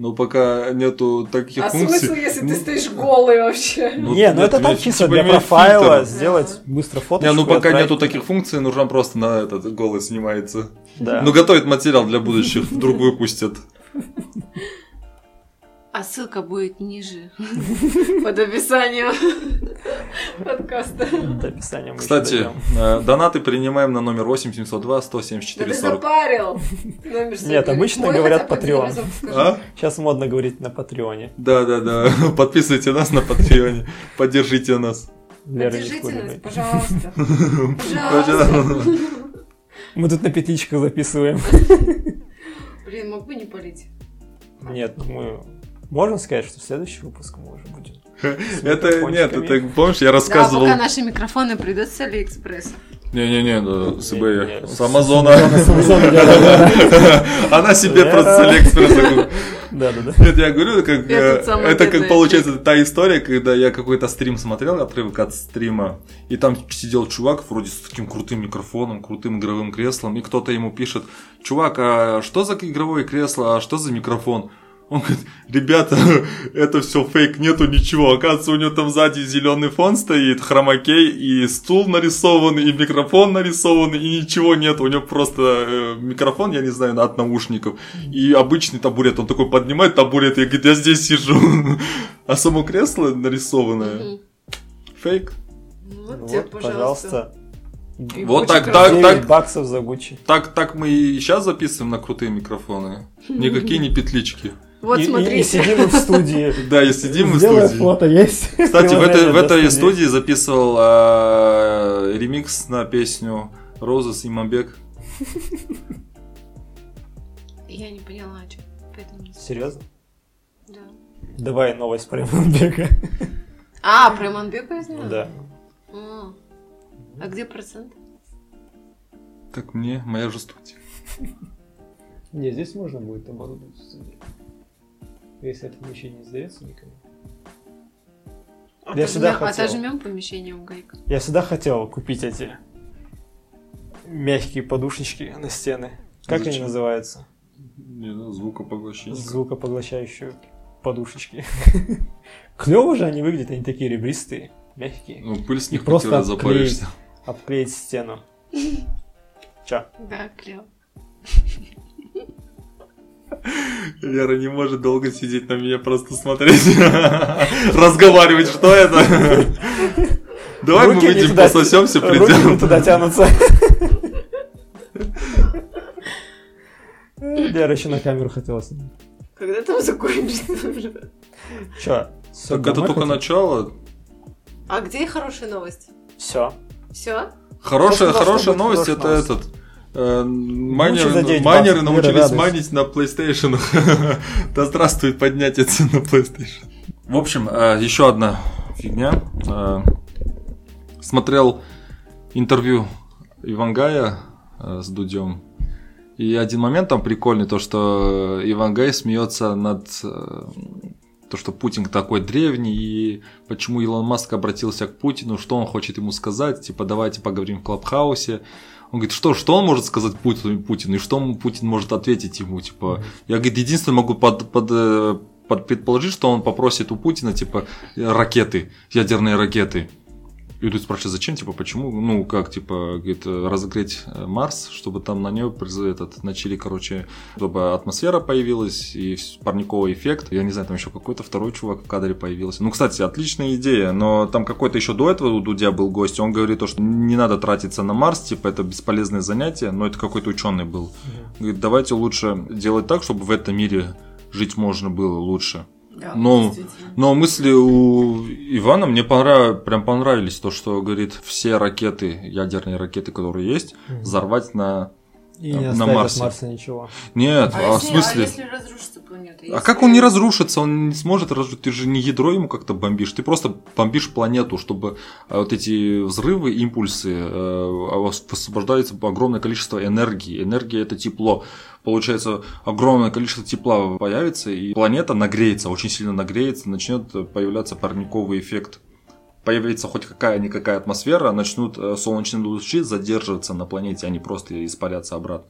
[SPEAKER 3] Но пока нету таких
[SPEAKER 2] А смысл,
[SPEAKER 3] функций.
[SPEAKER 2] если ты стоишь голый вообще?
[SPEAKER 3] Ну,
[SPEAKER 1] не, ну
[SPEAKER 3] нет,
[SPEAKER 1] это так
[SPEAKER 3] нет,
[SPEAKER 1] чисто
[SPEAKER 3] типа
[SPEAKER 1] для
[SPEAKER 3] имеет
[SPEAKER 1] профайла,
[SPEAKER 3] фильтр.
[SPEAKER 1] сделать быстро фото.
[SPEAKER 3] Не, ну пока нету таких функций, нужно просто на этот голый снимается.
[SPEAKER 1] Да.
[SPEAKER 3] Ну, готовит материал для будущих, вдруг выпустят.
[SPEAKER 2] А ссылка будет ниже под описанием подкаста.
[SPEAKER 1] До описания мы ещё
[SPEAKER 3] Кстати,
[SPEAKER 1] дойдём.
[SPEAKER 3] э, донаты принимаем на номер 8702
[SPEAKER 2] Да
[SPEAKER 3] 174
[SPEAKER 2] ты
[SPEAKER 3] 40.
[SPEAKER 2] запарил. Номер ссылки.
[SPEAKER 1] Нет, обычно
[SPEAKER 2] Мой
[SPEAKER 1] говорят
[SPEAKER 2] хотя бы один
[SPEAKER 1] Patreon.
[SPEAKER 2] разок скажи.
[SPEAKER 3] А?
[SPEAKER 1] сейчас модно говорить на Патреоне.
[SPEAKER 3] Да, да, да. Подписывайте нас на Патреоне. Поддержите нас.
[SPEAKER 1] Лера не
[SPEAKER 2] Поддержите нас,
[SPEAKER 1] вкуривает.
[SPEAKER 2] пожалуйста. Пожалуйста.
[SPEAKER 1] Мы тут на петличках записываем.
[SPEAKER 2] Блин, мог бы не палить.
[SPEAKER 1] Нет, ну мы Можно сказать, что в следующий выпуск мы уже будем. с
[SPEAKER 3] Это нет,
[SPEAKER 1] микрофончиками?
[SPEAKER 3] это помнишь, я
[SPEAKER 2] Да, а
[SPEAKER 3] рассказывал.
[SPEAKER 2] пока наши микрофоны придут с Алиэкспресса.
[SPEAKER 3] Не-не-не, да, с
[SPEAKER 1] Не-не-не,
[SPEAKER 3] eBay, с Амазона.
[SPEAKER 1] С Амазона, да-да-да.
[SPEAKER 3] Она себе
[SPEAKER 1] Да.
[SPEAKER 3] просто с Алиэкспресса купила.
[SPEAKER 1] Да-да-да.
[SPEAKER 3] Нет, я говорю, как,
[SPEAKER 2] Я
[SPEAKER 3] э,
[SPEAKER 2] тут самая
[SPEAKER 3] это как
[SPEAKER 2] бедная.
[SPEAKER 3] получается та история, когда я какой-то стрим смотрел, отрывок от стрима, и там сидел чувак вроде с таким крутым микрофоном, крутым игровым креслом, и кто-то ему пишет, чувак, а что за игровое кресло, а что за микрофон? Он говорит, ребята, это все фейк, нету ничего. Оказывается, у него там сзади зеленый фон стоит, хромакей, и стул нарисован, и микрофон нарисован, и ничего нет. У него просто э, микрофон, я не знаю, от наушников. И обычный табурет, он такой поднимает табурет и говорит, я здесь сижу. А само кресло нарисованное,
[SPEAKER 2] Мгм.
[SPEAKER 3] фейк.
[SPEAKER 2] Ну, Вот тебе,
[SPEAKER 1] Вот, пожалуйста.
[SPEAKER 2] И
[SPEAKER 3] Вот
[SPEAKER 2] очень
[SPEAKER 3] так,
[SPEAKER 2] красиво.
[SPEAKER 3] так.
[SPEAKER 1] 9 баксов за Гуччи.
[SPEAKER 3] Так, так мы и сейчас записываем на крутые микрофоны. Никакие не петлички.
[SPEAKER 2] Вот
[SPEAKER 1] И- и- И
[SPEAKER 2] смотрите.
[SPEAKER 1] сидим в студии.
[SPEAKER 3] Да, и сидим мы в
[SPEAKER 1] Сделай
[SPEAKER 3] студии.
[SPEAKER 1] фото, есть.
[SPEAKER 3] Кстати, в этой, в
[SPEAKER 1] приложение для
[SPEAKER 3] этой
[SPEAKER 1] студии.
[SPEAKER 3] студии записывал э, ремикс на песню Розес и Мамбек.
[SPEAKER 2] Я не поняла, что. Поэтому...
[SPEAKER 1] Серьезно?
[SPEAKER 2] Да.
[SPEAKER 1] Давай новость про Бега.
[SPEAKER 2] А, про Манбеку я знаю?
[SPEAKER 1] Да.
[SPEAKER 2] А, А где процент?
[SPEAKER 3] Так мне, моя же студия.
[SPEAKER 1] Не, здесь можно будет оборудовать в студии. Если это помещение не сдается никому.
[SPEAKER 2] А
[SPEAKER 1] Я всегда
[SPEAKER 2] Отожмём-
[SPEAKER 1] хотел.
[SPEAKER 2] Отожмем помещение у Гайка.
[SPEAKER 1] Я всегда хотел купить эти мягкие подушечки на стены. Как они
[SPEAKER 3] Зачем?
[SPEAKER 1] называются?
[SPEAKER 3] Не знаю, звукопоглощение.
[SPEAKER 1] Звукопоглощающие подушечки. Клево же они выглядят, они такие ребристые, мягкие.
[SPEAKER 3] Ну, пыль с
[SPEAKER 1] И
[SPEAKER 3] них
[SPEAKER 1] просто
[SPEAKER 3] потирает,
[SPEAKER 1] обклеить.
[SPEAKER 3] запаришься.
[SPEAKER 1] Обклеить стену. Ча.
[SPEAKER 2] Да, клево.
[SPEAKER 3] Лера не может долго сидеть на меня, просто смотреть. Разговаривать, что это? Давай мы
[SPEAKER 1] Руки не
[SPEAKER 3] выйдем,
[SPEAKER 1] туда-
[SPEAKER 3] пососемся,
[SPEAKER 1] Руки не
[SPEAKER 3] придем.
[SPEAKER 1] туда тянутся. Лера еще на камеру хотела снять.
[SPEAKER 2] Когда там закончится уже?
[SPEAKER 1] Чё?
[SPEAKER 3] Так это только начало.
[SPEAKER 2] А где хорошая новость?
[SPEAKER 1] Все.
[SPEAKER 2] Все?
[SPEAKER 3] Хорошая,
[SPEAKER 1] Просто
[SPEAKER 3] хорошая
[SPEAKER 1] должна быть
[SPEAKER 3] новость это
[SPEAKER 1] хорошая
[SPEAKER 3] этот. э, Майнеры,
[SPEAKER 1] за 9
[SPEAKER 3] майнеры
[SPEAKER 1] баксов, Лера,
[SPEAKER 3] научились
[SPEAKER 1] радость.
[SPEAKER 3] майнить на PlayStation. да здравствует поднятие цен на PlayStation. В общем, э, еще одна фигня. Э, Смотрел интервью Ивангая э, с Дудем. И один момент там прикольный, то что Ивангай смеется над э, то, что Путин такой древний, и почему Илон Маск обратился к Путину, что он хочет ему сказать, типа давайте поговорим в Клабхаусе. Он говорит, что, что он может сказать Путину, Путину, и что ему Путин может ответить ему, типа. Я, говорит, единственное могу под, под, э, под- предположить, что он попросит у Путина, типа, э, ракеты, ядерные ракеты. И тут спрашивают, зачем, типа, почему, ну, как, типа, говорит, э, разогреть э, Марс, чтобы там на нее этот, начали, короче, чтобы атмосфера появилась и вс- парниковый эффект. Я не знаю, там еще какой-то второй чувак в кадре появился. Ну, кстати, отличная идея, но там какой-то еще до этого у Дудя был гость, он говорит то, что не надо тратиться на Марс, типа, это бесполезное занятие, но это какой-то ученый был. Говорит, давайте лучше делать так, чтобы в этом мире жить можно было лучше.
[SPEAKER 2] Да,
[SPEAKER 3] Ну, Но мысли у Ивана мне понра- прям понравились. То, что говорит, все ракеты, ядерные ракеты, которые есть, взорвать на...
[SPEAKER 1] И
[SPEAKER 3] на
[SPEAKER 1] не оставить
[SPEAKER 3] Марсе.
[SPEAKER 1] от Марса ничего.
[SPEAKER 3] Нет, а, в
[SPEAKER 2] А
[SPEAKER 3] смысле?
[SPEAKER 2] если разрушится планета?
[SPEAKER 3] А как он не разрушится? Он не сможет разрушить. Ты же не ядро ему как-то бомбишь. Ты просто бомбишь планету, чтобы а, вот эти взрывы, импульсы, э, освобождается огромное количество энергии. Энергия – это тепло. Получается, огромное количество тепла появится, и планета нагреется, очень сильно нагреется, начнет появляться парниковый эффект. Появится хоть какая-никакая атмосфера, начнут э, солнечные лучи задерживаться на планете, они просто испарятся обратно.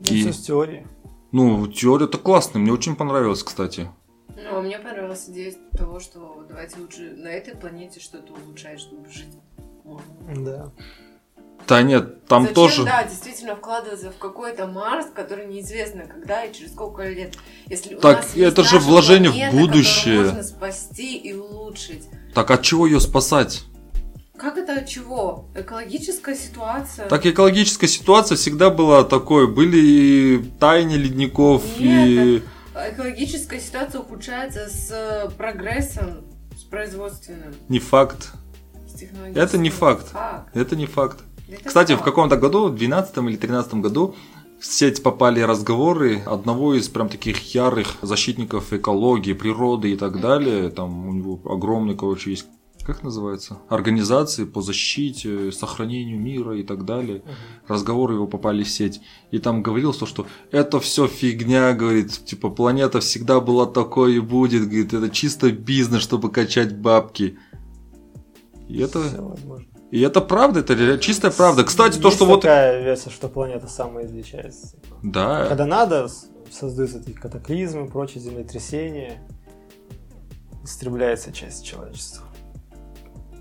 [SPEAKER 3] И-
[SPEAKER 1] Все Ну, с теории.
[SPEAKER 3] Ну, теория-то классная, мне очень понравилась, кстати.
[SPEAKER 2] Ну, а мне понравилась идея того, что давайте лучше на этой планете что-то улучшать, чтобы жить. можно.
[SPEAKER 1] Да.
[SPEAKER 3] Да нет, там
[SPEAKER 2] Зачем,
[SPEAKER 3] тоже.
[SPEAKER 2] да, А, действительно вкладываться в какой-то Марс, который неизвестно когда и через сколько лет. Если у
[SPEAKER 3] Так,
[SPEAKER 2] нас есть
[SPEAKER 3] это же
[SPEAKER 2] наша
[SPEAKER 3] вложение в
[SPEAKER 2] планета, которую
[SPEAKER 3] будущее.
[SPEAKER 2] Можно спасти и улучшить.
[SPEAKER 3] Так от чего ее спасать?
[SPEAKER 2] Как это от чего? Экологическая ситуация.
[SPEAKER 3] Так экологическая ситуация всегда была такой. Были и тайни ледников, и.
[SPEAKER 2] Экологическая ситуация ухудшается с э, прогрессом, с производственным,
[SPEAKER 3] Не факт.
[SPEAKER 2] с технологическим.
[SPEAKER 3] Это не факт.
[SPEAKER 2] Факт.
[SPEAKER 3] Это не факт.
[SPEAKER 2] Это
[SPEAKER 3] Кстати, в
[SPEAKER 2] факт.
[SPEAKER 3] каком-то году, в 12 или 13 году, В сеть попали разговоры одного из прям таких ярых защитников экологии, природы и так далее. Там у него огромный, короче, есть как называется, организации по защите, сохранению мира и так далее. Uh-huh. Разговоры его попали в сеть. И там говорилось то, что это все фигня, говорит, типа планета всегда была такой и будет, говорит, это чисто бизнес, чтобы качать бабки. И это... Все возможно. И это правда, это чистая правда. Кстати,
[SPEAKER 1] Есть
[SPEAKER 3] то, что вот...
[SPEAKER 1] такая версия, что планета самоизлечается.
[SPEAKER 3] Да.
[SPEAKER 1] Когда надо, создаются эти катаклизмы, прочие землетрясения. Истребляется часть человечества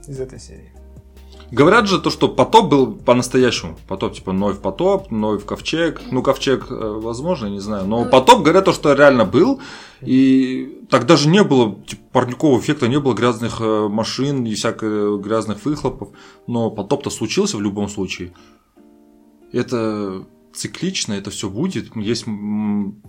[SPEAKER 1] из этой серии.
[SPEAKER 3] Говорят же то, что потоп был по-настоящему. Потоп, типа, Ной в потоп, Ной в ковчег. Ну, ковчег, э, возможно, я не знаю. Но потоп, говорят, то, что реально был. И так даже не было типа, парникового эффекта, не было грязных э, машин и всяких э, грязных выхлопов. Но потоп-то случился в любом случае. Это циклично, это все будет. Есть м,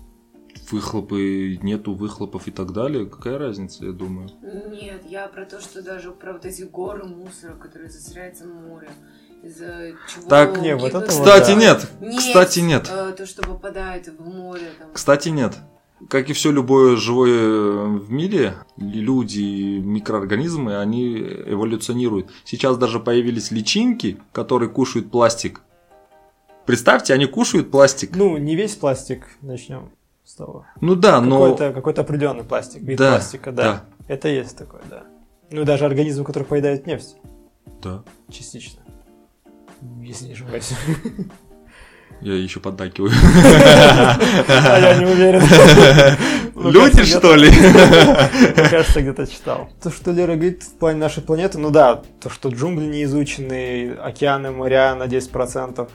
[SPEAKER 3] выхлопы, нету выхлопов и так далее. Какая разница, я думаю.
[SPEAKER 5] Нет, я про то, что даже про вот эти горы мусора, которые засоряются море, из-за чего...
[SPEAKER 1] Так, не, вот
[SPEAKER 5] гибнут-
[SPEAKER 1] это вот-
[SPEAKER 3] Кстати,
[SPEAKER 1] да.
[SPEAKER 3] нет.
[SPEAKER 5] Нет,
[SPEAKER 3] Кстати, нет.
[SPEAKER 5] э, то, что попадает в море, там...
[SPEAKER 3] Кстати, нет. Как и все любое живое э, в мире, люди, и микроорганизмы, они эволюционируют. Сейчас даже появились личинки, которые кушают пластик. Представьте, они кушают пластик.
[SPEAKER 1] Ну, не весь пластик, начнем с того.
[SPEAKER 3] Ну да, но...
[SPEAKER 1] Какой-то, какой-то определенный пластик, вид
[SPEAKER 3] Да,
[SPEAKER 1] пластика, да. Это есть такое, да. Ну, даже организм, который поедает нефть,
[SPEAKER 3] Да,
[SPEAKER 1] частично. Если не ошибаюсь.
[SPEAKER 3] я еще поддакиваю.
[SPEAKER 1] А я не уверен. Ну,
[SPEAKER 3] Люди,
[SPEAKER 1] как-то
[SPEAKER 3] что ли?
[SPEAKER 1] Мне кажется, где-то читал. То, что Лера говорит в плане нашей планеты, ну да, то, что джунгли не изучены, океаны, моря на 10%.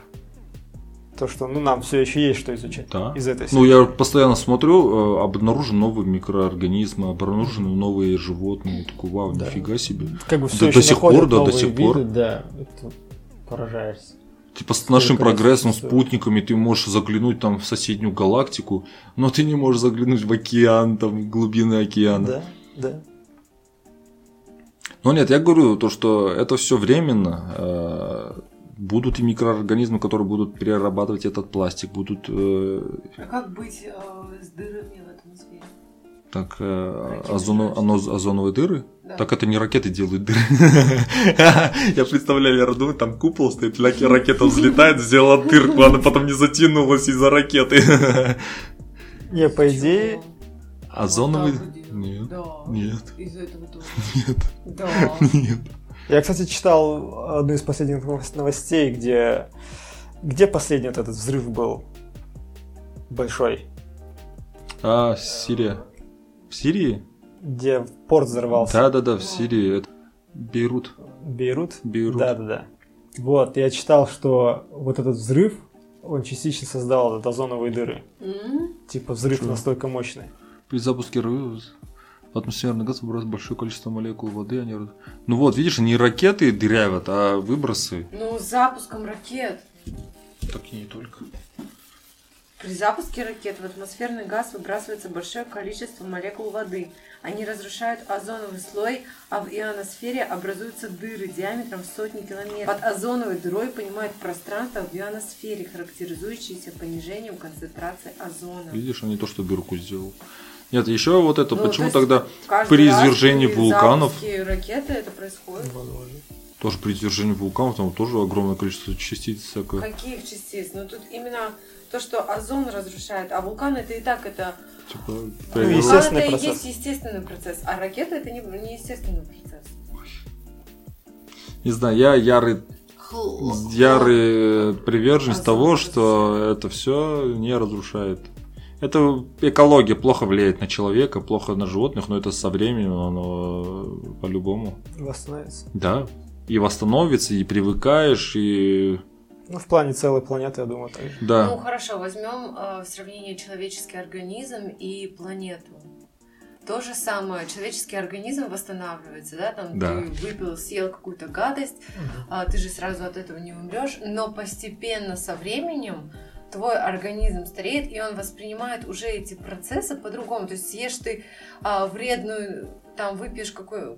[SPEAKER 1] То, что ну, нам все еще есть что изучать
[SPEAKER 3] Да.
[SPEAKER 1] из этой
[SPEAKER 3] Ну,
[SPEAKER 1] серии.
[SPEAKER 3] я постоянно смотрю, э, обнаружены новые микроорганизмы, обнаружены новые животные. Такой, вау,
[SPEAKER 1] Да.
[SPEAKER 3] нифига себе.
[SPEAKER 1] Как бы
[SPEAKER 3] да
[SPEAKER 1] все
[SPEAKER 3] до сих пор, да, до сих пор.
[SPEAKER 1] Да, это поражаешься.
[SPEAKER 3] Типа с нашим
[SPEAKER 1] Сколько раз
[SPEAKER 3] прогрессом,
[SPEAKER 1] всё.
[SPEAKER 3] спутниками ты можешь заглянуть там в соседнюю галактику, но ты не можешь заглянуть в океан, там в глубины океана.
[SPEAKER 1] Да, да.
[SPEAKER 3] Но нет, я говорю то, что это все временно. э, Будут и микроорганизмы, которые будут перерабатывать этот пластик, будут э,
[SPEAKER 5] А как быть э, с дырами в атмосфере?
[SPEAKER 3] так э,
[SPEAKER 5] Ракеты
[SPEAKER 3] озоно-
[SPEAKER 5] же.
[SPEAKER 3] оно- озоновые дыры.
[SPEAKER 5] Да.
[SPEAKER 3] Так это не ракеты делают дыры. Я представляю, я думаю, там купол стоит, ля- ракета взлетает, сделала дырку, она потом не затянулась из-за ракеты.
[SPEAKER 1] Не, по идее,
[SPEAKER 5] Чего?
[SPEAKER 3] А зоновые-
[SPEAKER 5] Вот так вот делают.
[SPEAKER 3] Нет.
[SPEAKER 5] Ну, Да.
[SPEAKER 3] Нет.
[SPEAKER 5] Из этого тоже.
[SPEAKER 3] Нет.
[SPEAKER 5] Да.
[SPEAKER 3] Нет.
[SPEAKER 1] я, кстати, читал одну из последних новос- новостей, где... Где последний вот этот взрыв был? Большой.
[SPEAKER 3] А, Сирия. В Сирии?
[SPEAKER 1] Где порт взорвался.
[SPEAKER 3] Да, да, да, в Сирии. Это Бейрут.
[SPEAKER 1] Бейрут?
[SPEAKER 3] Бейрут.
[SPEAKER 1] Да, да, да. Вот, я читал, что вот этот взрыв, он частично создал вот озоновые дыры.
[SPEAKER 5] М?
[SPEAKER 1] Типа взрыв
[SPEAKER 3] Чё?
[SPEAKER 1] настолько мощный.
[SPEAKER 3] При запуске РВ в атмосферный газ выбрасывает большое количество молекул воды. Они... раз- Ну вот, видишь, не ракеты дырявят, а выбросы.
[SPEAKER 5] Ну, с запуском ракет.
[SPEAKER 3] Так и не только.
[SPEAKER 5] При запуске ракет в атмосферный газ выбрасывается большое количество молекул воды. Они разрушают озоновый слой, а в ионосфере образуются дыры диаметром в сотни километров. Под озоновой дырой понимают пространство в ионосфере, характеризующееся понижением концентрации озона.
[SPEAKER 3] Видишь, они то, что дырку сделал. Нет, еще вот это,
[SPEAKER 5] Ну,
[SPEAKER 3] почему
[SPEAKER 5] то есть
[SPEAKER 3] тогда
[SPEAKER 5] Каждый
[SPEAKER 3] При
[SPEAKER 5] раз
[SPEAKER 3] извержении
[SPEAKER 5] при
[SPEAKER 3] вулканов.
[SPEAKER 5] запуске ракеты это происходит.
[SPEAKER 3] тоже при извержении вулканов там тоже огромное количество частиц всякое.
[SPEAKER 5] Каких частиц? Ну тут именно то, что озон разрушает, а вулкан это и так это
[SPEAKER 3] Типа,
[SPEAKER 1] Ну,
[SPEAKER 3] прям-
[SPEAKER 1] естественно.
[SPEAKER 5] Вулкан это и
[SPEAKER 1] процесс.
[SPEAKER 5] есть естественный процесс, а ракета это не, не естественный процесс.
[SPEAKER 3] не знаю, я ярый ярый э, приверженец
[SPEAKER 5] А
[SPEAKER 3] того,
[SPEAKER 5] завтра
[SPEAKER 3] что это все не разрушает. Это экология плохо влияет на человека, плохо на животных, но это со временем оно э, по-любому.
[SPEAKER 1] Восстановится.
[SPEAKER 3] Да. И восстановится, и привыкаешь, и...
[SPEAKER 1] Ну, в плане целой планеты, я думаю, так же.
[SPEAKER 5] Ну
[SPEAKER 3] Да.
[SPEAKER 5] хорошо, возьмем э, в сравнение человеческий организм и планету. То же самое, человеческий организм восстанавливается, да, там
[SPEAKER 3] Да.
[SPEAKER 5] ты выпил, съел какую-то гадость, а, ты же сразу от этого не умрешь, но постепенно со временем твой организм стареет, и он воспринимает уже эти а, процессы по-другому. То есть съешь ты а, вредную, там выпьешь какую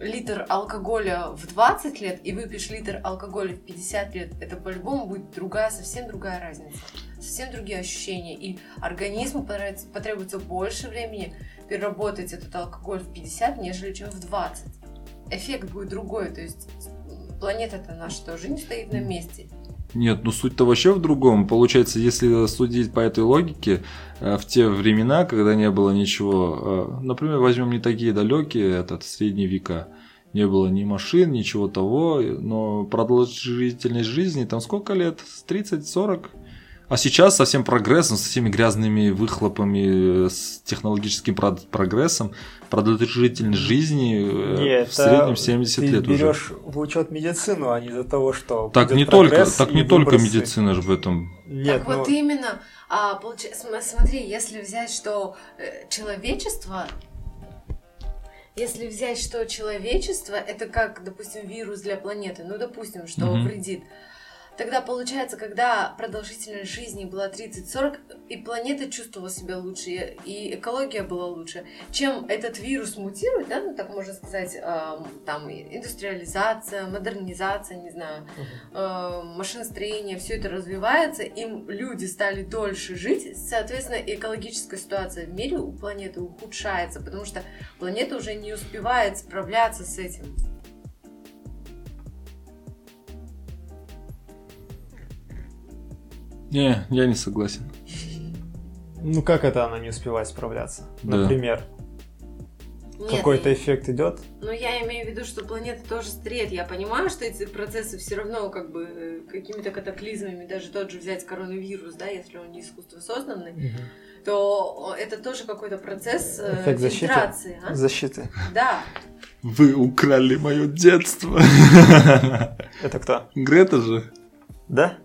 [SPEAKER 5] литр алкоголя в 20 лет и выпьешь литр алкоголя в 50 лет, это по-любому будет другая, совсем другая разница. Совсем другие ощущения. И организму понравится- потребуется больше времени переработать этот алкоголь в 50, нежели чем в 20. Эффект будет другой. То есть м, планета-то наша тоже не стоит на месте.
[SPEAKER 3] Нет, ну суть-то вообще в другом. Получается, если судить по этой логике, э, в те времена, когда не было ничего, э, например, возьмем не такие далекие, этот средние века, не было ни машин, ничего того, но продолжительность жизни там сколько лет? С 30-40? А сейчас со всем прогрессом, со всеми грязными выхлопами, э, с технологическим прод- прогрессом, продолжительность жизни э,
[SPEAKER 1] Нет,
[SPEAKER 3] в
[SPEAKER 1] это
[SPEAKER 3] среднем 70
[SPEAKER 1] ты
[SPEAKER 3] лет уже.
[SPEAKER 1] берешь в учет медицину, а не из-за того, что
[SPEAKER 3] Так
[SPEAKER 1] идет
[SPEAKER 3] не только,
[SPEAKER 1] прогресс
[SPEAKER 3] так
[SPEAKER 1] и
[SPEAKER 3] не только
[SPEAKER 1] выбросы.
[SPEAKER 3] медицина же в этом
[SPEAKER 1] Нет,
[SPEAKER 5] так
[SPEAKER 1] ну,
[SPEAKER 5] вот именно, а, получа- см- смотри, если взять, что э, человечество, если взять, что человечество, это как, допустим, вирус для планеты, ну, допустим, что
[SPEAKER 3] Мгм.
[SPEAKER 5] вредит, тогда получается, когда продолжительность жизни была 30-40, и планета чувствовала себя лучше, и экология была лучше, чем этот вирус мутирует, да, ну, так можно сказать, эм, там, индустриализация, модернизация, не знаю, э, машиностроение, все это развивается, им люди стали дольше жить, соответственно, и экологическая ситуация в мире у планеты ухудшается, потому что планета уже не успевает справляться с этим.
[SPEAKER 3] Не, я не согласен.
[SPEAKER 1] ну как это она не успевает справляться?
[SPEAKER 3] Да.
[SPEAKER 1] Например,
[SPEAKER 5] Нет,
[SPEAKER 1] какой-то эффект идет.
[SPEAKER 5] Но я имею в виду, что планета тоже стареет. Я понимаю, что эти процессы все равно как бы э, какими-то катаклизмами, даже тот же взять коронавирус, да, если он не искусственно созданный, то это тоже какой-то процесс э,
[SPEAKER 1] Эффект защиты?
[SPEAKER 5] фильтрации. а?
[SPEAKER 1] Защиты.
[SPEAKER 5] Да.
[SPEAKER 3] Вы украли мое детство.
[SPEAKER 1] Это кто?
[SPEAKER 3] Грета же.
[SPEAKER 1] Да?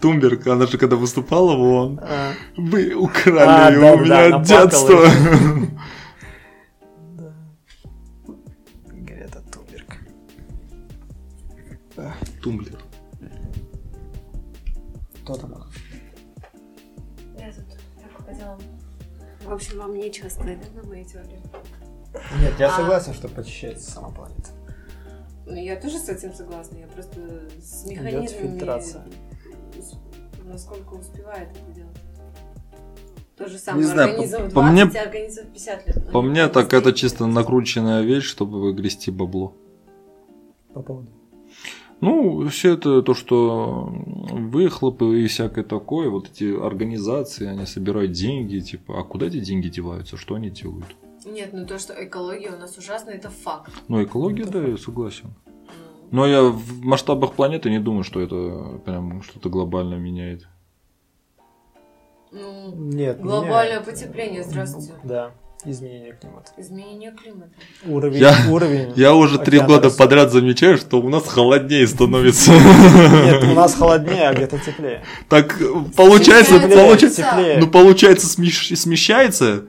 [SPEAKER 3] Тумберг, она же когда выступала в ООН.
[SPEAKER 1] А,
[SPEAKER 3] Вы
[SPEAKER 1] А,
[SPEAKER 3] украли
[SPEAKER 1] да,
[SPEAKER 3] у
[SPEAKER 1] да,
[SPEAKER 3] меня
[SPEAKER 1] она
[SPEAKER 3] детство.
[SPEAKER 1] да. Грета Тунберг.
[SPEAKER 3] Тумблер.
[SPEAKER 4] Кто там?
[SPEAKER 5] Я тут так хотела
[SPEAKER 2] В общем, вам нечего сказать, да, на моей теории?
[SPEAKER 4] Нет, я
[SPEAKER 5] А.
[SPEAKER 4] согласен, что почищается сама планета.
[SPEAKER 5] Ну, я тоже с этим согласна. Я просто с
[SPEAKER 1] Идет
[SPEAKER 5] механизмами...
[SPEAKER 1] фильтрация.
[SPEAKER 5] с- Насколько успевает это делать. То же
[SPEAKER 3] Не
[SPEAKER 5] самое.
[SPEAKER 3] знаю,
[SPEAKER 5] организм
[SPEAKER 3] по-
[SPEAKER 5] в
[SPEAKER 3] по
[SPEAKER 5] 20,
[SPEAKER 3] мне-
[SPEAKER 5] а организм в 50 лет.
[SPEAKER 3] По
[SPEAKER 5] Ну,
[SPEAKER 3] мне, так это
[SPEAKER 5] быстрее.
[SPEAKER 3] чисто накрученная вещь, чтобы выгрести бабло.
[SPEAKER 1] По поводу.
[SPEAKER 3] Ну, все это то, что выхлопы и всякое такое, вот эти организации, они собирают деньги, типа, а куда эти деньги деваются, что они делают?
[SPEAKER 5] Нет, ну то, что экология у нас ужасная, это факт.
[SPEAKER 3] Ну, экология, да, я согласен.
[SPEAKER 5] Ну,
[SPEAKER 3] Но я в масштабах планеты не думаю, что это прям что-то глобально меняет.
[SPEAKER 5] ну,
[SPEAKER 1] Нет,
[SPEAKER 5] Глобальное
[SPEAKER 1] меня это-
[SPEAKER 5] потепление, здравствуйте.
[SPEAKER 1] Да, изменение климата.
[SPEAKER 5] изменение климата.
[SPEAKER 1] Уровень,
[SPEAKER 3] Я-
[SPEAKER 1] уровень.
[SPEAKER 3] Я уже три
[SPEAKER 1] океана
[SPEAKER 3] года
[SPEAKER 1] растет.
[SPEAKER 3] подряд замечаю, что у нас холоднее становится.
[SPEAKER 1] Нет, у нас холоднее, а где-то теплее.
[SPEAKER 3] Так э, получается,
[SPEAKER 5] Теплее,
[SPEAKER 3] получается,
[SPEAKER 1] теплее.
[SPEAKER 3] ну получается смещ- смещается.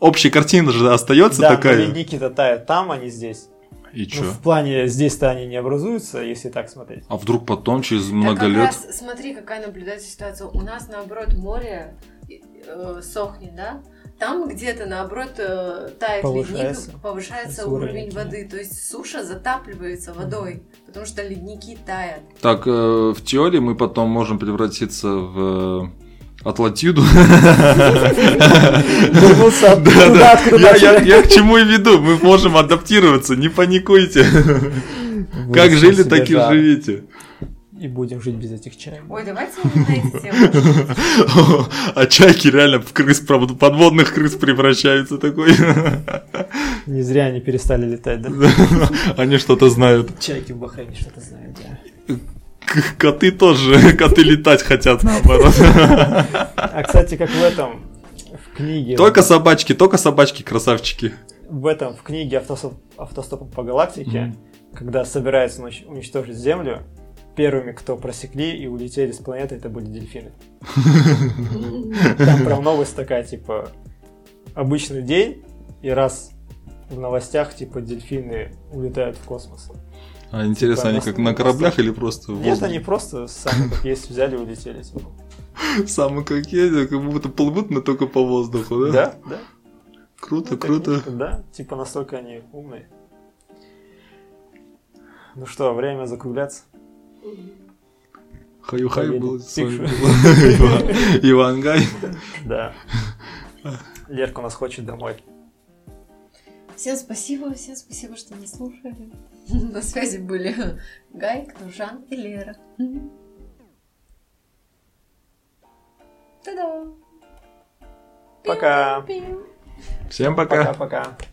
[SPEAKER 3] Общая картина же остается
[SPEAKER 1] Да, но
[SPEAKER 3] такая.
[SPEAKER 1] ледники-то тают там, а не здесь.
[SPEAKER 3] И
[SPEAKER 1] Ну,
[SPEAKER 3] чё?
[SPEAKER 1] в плане здесь-то они не образуются, если так смотреть.
[SPEAKER 3] А вдруг потом через
[SPEAKER 5] Да
[SPEAKER 3] много
[SPEAKER 5] как
[SPEAKER 3] лет?
[SPEAKER 5] раз, смотри, какая наблюдается ситуация. У нас, наоборот, море э, сохнет, да? Там где-то, наоборот, э, тает
[SPEAKER 1] Повышается.
[SPEAKER 5] ледник, повышается
[SPEAKER 1] Уровень,
[SPEAKER 5] уровень
[SPEAKER 1] да.
[SPEAKER 5] воды. То есть суша затапливается водой, потому что ледники тают.
[SPEAKER 3] Так э, в теории мы потом можем превратиться в э, Атлантиду.
[SPEAKER 1] Вернуться
[SPEAKER 3] Да,
[SPEAKER 1] туда,
[SPEAKER 3] да.
[SPEAKER 1] откуда
[SPEAKER 3] Я-
[SPEAKER 1] начали.
[SPEAKER 3] я- Я к чему и веду. Мы можем адаптироваться, не паникуйте. Как жили, так и
[SPEAKER 1] живи.
[SPEAKER 3] живите.
[SPEAKER 1] И будем жить без этих чаек.
[SPEAKER 5] Ой, давайте не на эти темы.
[SPEAKER 3] А чайки реально в крыс, правда, подводных крыс превращаются такой.
[SPEAKER 1] Не зря они перестали летать, да?
[SPEAKER 3] Они что-то знают.
[SPEAKER 1] Чайки в Бахрейне что-то знают, да.
[SPEAKER 3] К- Коты тоже, коты летать хотят наоборот.
[SPEAKER 1] А, кстати, как в этом, в книге...
[SPEAKER 3] Только собачки, только собачки красавчики.
[SPEAKER 1] В этом, в книге «Автостоп, «Автостопом по галактике», когда собираются унич- уничтожить Землю, первыми, кто просекли и улетели с планеты, это были дельфины. Там прям новость такая, типа, обычный день, и раз в новостях, типа, дельфины улетают в космос.
[SPEAKER 3] А интересно, они
[SPEAKER 1] Типа,
[SPEAKER 3] как на кораблях или просто в
[SPEAKER 1] Нет,
[SPEAKER 3] воздухе?
[SPEAKER 1] они просто сами как есть взяли и улетели. типа.
[SPEAKER 3] Самые какие, как будто плывут, но только по воздуху, да?
[SPEAKER 1] Да, да.
[SPEAKER 3] Круто,
[SPEAKER 1] Ну,
[SPEAKER 3] круто.
[SPEAKER 1] конечно, Да, типа, настолько они умные. Ну что, время закругляться.
[SPEAKER 3] Хаю-хаю
[SPEAKER 1] Победа.
[SPEAKER 3] был. с вами
[SPEAKER 1] Пикшу.
[SPEAKER 3] был Иван Гай.
[SPEAKER 1] Да. Лерка нас хочет домой.
[SPEAKER 5] Всем спасибо, всем спасибо, что нас слушали. На связи были Гай, Кнужан и Лера. Та-да!
[SPEAKER 1] Пока.
[SPEAKER 5] Пиу.
[SPEAKER 3] Всем пока.
[SPEAKER 1] Пока-пока.